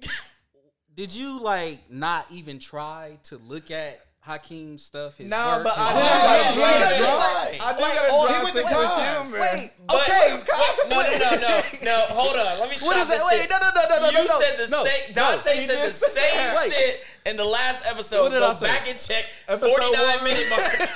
S1: did you like not even try to look at Hakeem stuff. His
S3: Nah,
S1: work,
S3: but
S1: his-
S3: I
S2: Oh,
S3: knew I
S2: yeah,
S3: gotta
S2: yeah.
S3: drive.
S2: Right.
S3: I knew I
S2: Like,
S3: gotta
S2: oh, he
S3: drive
S2: went to
S3: six with
S2: college.
S3: you, man.
S2: Wait,
S3: But-
S2: okay, it's college.
S3: No, no, no, no, no. Hold on. Let me stop
S2: What is
S3: this
S2: that? Wait,
S3: shit.
S2: no, no, no, no, no,
S3: You
S2: no,
S3: said the
S2: no,
S3: same.
S2: no.
S3: Dante
S2: You
S3: said the
S2: just said
S3: same
S2: that. Wait.
S3: shit in the last episode.
S1: What did
S3: Go
S1: I say?
S3: back and check.
S2: Episode
S3: Forty nine
S2: one.
S3: minute mark.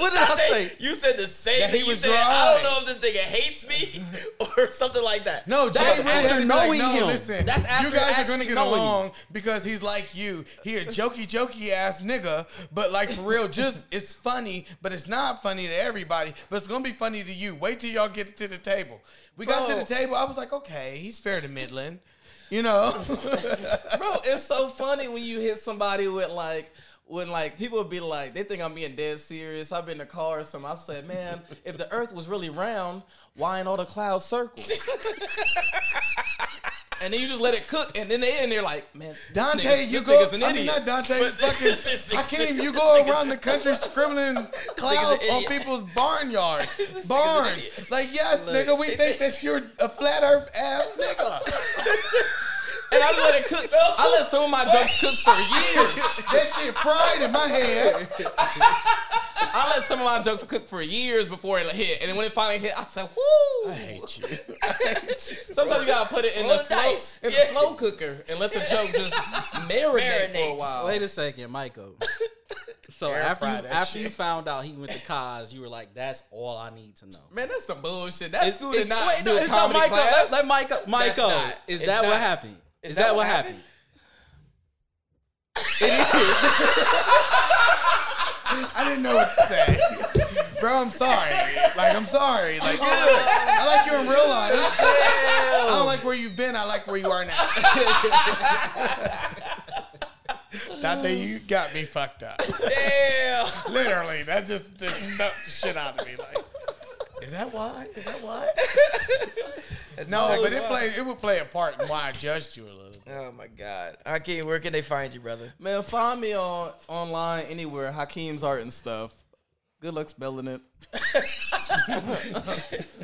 S2: What did I
S3: Dante,
S2: say?
S3: You said the same.
S2: That he
S3: thing. you
S2: was
S3: said, I don't
S2: dry.
S3: know if this nigga hates me or something like that.
S2: No, Jay
S1: That's
S2: really
S1: after
S2: had to be like,
S1: knowing
S2: no,
S1: him.
S2: Listen,
S1: That's after
S2: you guys are
S1: actually
S2: gonna get
S1: knowing him.
S2: along because he's like you. He a jokey, jokey ass nigga, but like for real, just it's funny, but it's not funny to everybody. But it's gonna be funny to you. Wait till y'all get to the table. We got to
S4: Bro.
S2: the table. I was like, okay, he's fair to Midland. You know,
S4: Bro, it's so funny when you hit somebody with like when like people would be like they think I'm being dead serious. I've been in a car or something. I said, man, if the Earth was really round, why ain't all the clouds circles? and then you just let it cook, and then they in there like, man, this
S2: Dante,
S4: nigga-
S2: you
S4: this
S2: go.
S4: nigga's an
S2: I mean,
S4: idiot.
S2: not Dante.
S3: But
S2: fucking
S3: this- this nigga's-
S2: Hakeem, you
S3: this
S2: go
S3: nigga's-
S2: around the country scribbling clouds on
S3: idiot.
S2: people's barnyards,
S3: an
S2: barns.
S3: idiot.
S2: Like, yes, nigga, we think that you're a flat Earth ass nigga.
S4: and I just let it cook. I let some of my jokes cook for years.
S2: that shit fried in my head.
S4: I let some of my jokes cook for years before it hit, and then when it finally hit, I said, "Woo!" I hate you. Sometimes you gotta put it in
S3: Roll
S4: the
S3: the
S4: slow,
S3: dice.
S4: in the
S3: Yeah.
S4: slow cooker, and let the joke just marinate for a
S3: Marinates.
S4: while.
S1: Wait a second, Michael. So
S2: Air
S1: after you,
S2: fry that
S1: after you
S2: shit.
S1: found out he went to Cos, you were like, "That's all I need to know."
S4: Man, that's some bullshit. That
S1: It's-
S4: school
S1: it's-
S4: did not
S1: wait, no,
S4: do a
S1: it's not
S4: comedy
S1: Michael.
S4: class.
S1: Let, let Michael. Michael,
S3: not-
S1: is
S3: it's
S1: that what
S3: not-
S1: happened? Is, that, what happened?
S2: I didn't know what to say. Bro, I'm sorry. Like, I'm sorry. Like, yeah, I like you in real life. I don't like where you've been. I like where you are now. Dante, you got me fucked up.
S3: Damn.
S2: Literally, that just, just stumped the shit out of me. Like, is that why? Is that why? no, but it played. It would play a part in why I judged you a little.
S3: Oh my god. Hakeem, where can they find you, brother?
S4: Man, find me on online anywhere, Hakeem's art and stuff. Good luck spelling it.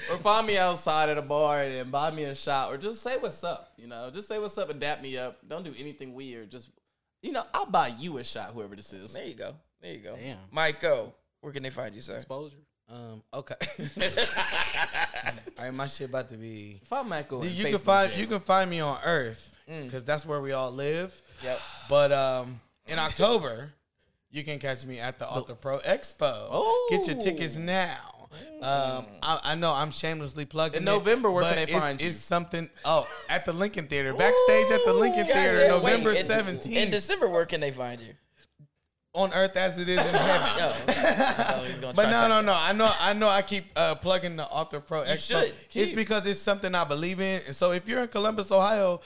S4: or find me outside at a bar and buy me a shot, or just say what's up. You know, just say what's up and dap me up. Don't do anything weird. Just, you know, I'll buy you a shot, whoever this is.
S3: There you go. There you go.
S1: Damn.
S3: Michael, where can they find you, sir?
S1: Exposure.
S2: Um. Okay. All right, my shit about to be.
S4: Find Michael.
S2: You
S4: and
S2: can
S4: Facebook
S2: find
S4: Jay.
S2: you can find me on Earth
S3: Mm.
S2: because that's where we all live.
S3: Yep.
S2: But um, in October, you can catch me at the Author Pro Expo.
S4: Oh.
S2: Get your tickets now.
S3: Mm.
S2: Um, I, I know I'm shamelessly plugging.
S4: In
S2: it,
S4: November, where
S2: but
S4: can they
S2: it's-
S4: find you?
S2: It's something. Oh, at the Lincoln Theater, backstage at the Lincoln
S3: Ooh,
S2: Theater,
S3: goddamn, wait,
S2: November
S3: in- In
S2: 17th,
S3: December, where can they find you?
S2: on Earth as it is in heaven.
S3: Oh, okay. I thought he was gonna
S2: But
S3: try
S2: no,
S3: something.
S2: no, no. I know, I know. I keep uh, plugging the Author Pro Expo.
S3: should.
S2: It's
S3: Keep.
S2: because it's something I believe in, and so if you're in Columbus, Ohio,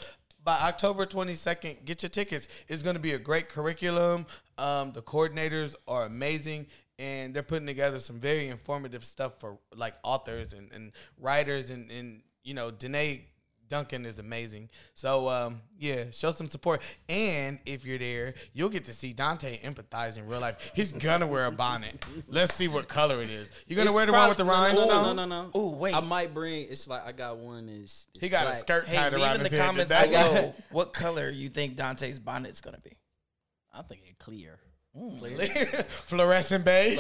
S2: by October 22nd, get your tickets. It's going to be a great curriculum. Um, the coordinators are amazing, and they're putting together some very informative stuff for like authors and, and writers, and and you know, Danae. Duncan is amazing. So, um, yeah, show some support. And if you're there, you'll get to see Dante empathize in real life. He's going to wear a bonnet. Let's see what color it is. You're going to
S1: It's
S2: wear the one with the
S1: probably-
S2: rhinestone?
S1: No, no, no, no. no.
S3: Ooh, wait.
S1: I might bring. It's like I got one. Is
S2: He got a
S1: black.
S2: skirt
S3: Hey,
S2: tied
S3: leave
S2: around
S3: in the
S2: his head. Did
S3: comments
S2: that go?
S3: below what color you think Dante's bonnet's gonna be.
S4: I think it clear. Mm.
S2: Fluorescent beige.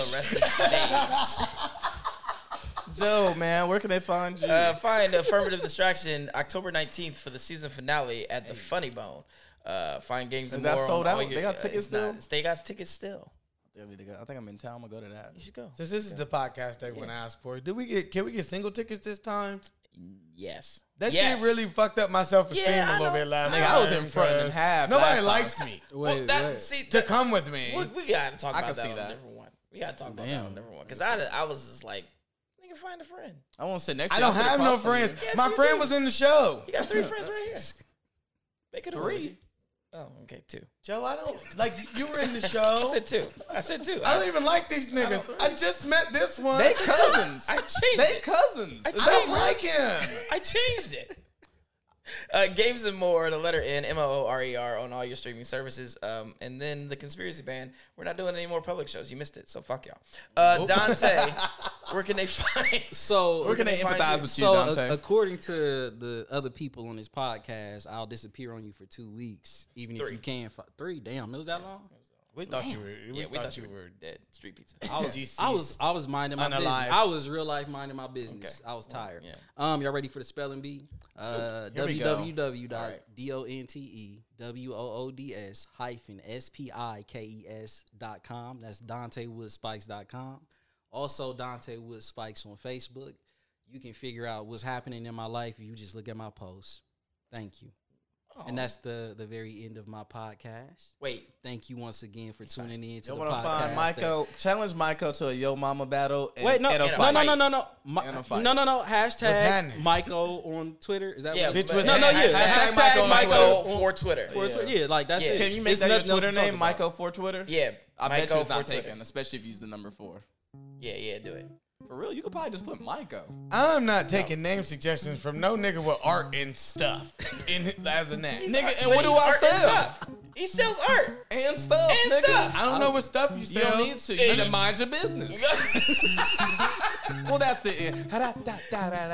S4: Joe, man, where can they find you?
S3: uh, find Affirmative Distraction October 19th for the season finale at the Funny Bone. Uh, find games and
S4: that
S3: more on
S4: sold
S3: all uh,
S4: out? They got tickets
S3: it's not-
S4: still?
S3: They got tickets still.
S4: I need to go- I think I'm in town. I'm gonna go to that.
S3: You should go.
S2: Since this is the podcast everyone asked for, did we get? Can we get single tickets this time?
S3: Yes.
S2: That
S3: yes.
S2: shit really fucked up my self esteem
S3: Yeah, I
S2: a little
S3: know.
S2: bit last
S3: Nigga,
S2: time.
S3: I was
S4: in front and
S2: cause
S4: half last
S2: Uh, Nobody
S4: time.
S2: likes me
S1: Wait,
S3: Well, that
S1: wait.
S3: see
S2: to
S3: that,
S2: come with me.
S3: we, we gotta talk
S4: I
S3: about
S4: can
S3: that
S4: see
S3: on
S4: that.
S3: a different one. We gotta talk about that
S1: Damn.
S3: on a different one because I I was just like, nigga, find a friend.
S4: I won't sit next. to
S2: I
S4: you. I'll
S2: don't
S4: sit
S2: have no
S4: across from you.
S2: friends.
S3: Yes,
S2: my
S3: you
S2: friend
S3: do.
S2: was in the show.
S3: You got three friends right here. They could
S4: Three.
S3: Oh, okay, two.
S2: Joe, I don't like you were in the
S3: I
S2: show.
S3: said two. I said two.
S2: I don't even like these niggas. I, just met this one.
S4: They cousins.
S3: I changed
S4: They
S3: it.
S4: cousins.
S3: I
S2: I don't
S3: changed
S2: like him.
S3: I changed it. Uh, games and more, the letter N, M O O R E R on all your streaming services. Um, and then the conspiracy band. We're not doing any more public shows. You missed it, so fuck y'all. Uh, Dante, where can they find?
S1: So
S4: Where can they
S3: find
S4: empathize
S3: you?
S4: with you,
S1: so a-
S4: Dante?
S1: according to the other people on this podcast, I'll disappear on you for two weeks, even
S3: Three.
S1: if you can. Fi- three, damn, it was that long.
S2: We thought you were. We,
S3: yeah, we
S2: thought,
S3: thought
S2: you were.
S3: dead. Street pizza.
S2: I was used.
S1: I was I was minding my business.
S2: Unalived.
S1: I was real life minding my business. I was tired.
S3: yeah.
S1: Um, y'all ready for the spelling bee? Uh,
S4: Here we go.
S1: www.dontewoods hyphen s-p-i-k-e-s dot com. That's DanteWoodSpikes.com. Also Dante Wood Spikes on Facebook. You can figure out what's happening in my life if you just look at my posts. Thank you. And that's the the very end of my podcast.
S3: Wait,
S1: Thank you once again for tuning in to
S4: Y'all
S1: the
S4: want to
S1: podcast.
S4: find Michael? Challenge Michael to a Yo Mama battle. And,
S1: Wait, no,
S4: and a
S1: no,
S4: fight.
S1: no, no, no, no, Mi-
S4: And a fight.
S1: no, no, no. Hashtag
S2: happening?
S1: Michael on Twitter. Is that
S3: yeah,
S1: what
S2: bitch
S1: it is?
S3: but-
S2: was- No, no,
S1: yeah.
S3: hashtag- hashtag
S1: Hashtag
S3: Michael
S1: Michael
S3: Michael for Twitter.
S1: For Twitter. Yeah, like that's
S3: Yeah.
S1: it.
S3: Can
S4: Can you
S1: It's
S4: make that
S1: nothing
S4: your
S1: else to
S4: Twitter
S1: talk
S4: name
S1: about.
S4: Michael for Twitter?
S3: Yeah,
S4: I
S3: Michael
S4: bet you it's not
S3: for Twitter.
S4: taken, especially if you use the number four.
S3: Yeah, yeah, do it.
S4: For real, you could probably just put Michael.
S2: I'm not taking name suggestions from no nigga with art and stuff in as a name.
S4: Nigga, and
S3: But
S4: what do
S3: he's
S4: I
S3: art and
S4: sell?
S3: stuff. He sells art.
S4: And stuff,
S3: And
S4: nigga.
S3: stuff.
S2: I don't know what stuff you
S4: You
S2: sell.
S4: don't need to. You need to mind your business. well, that's the end.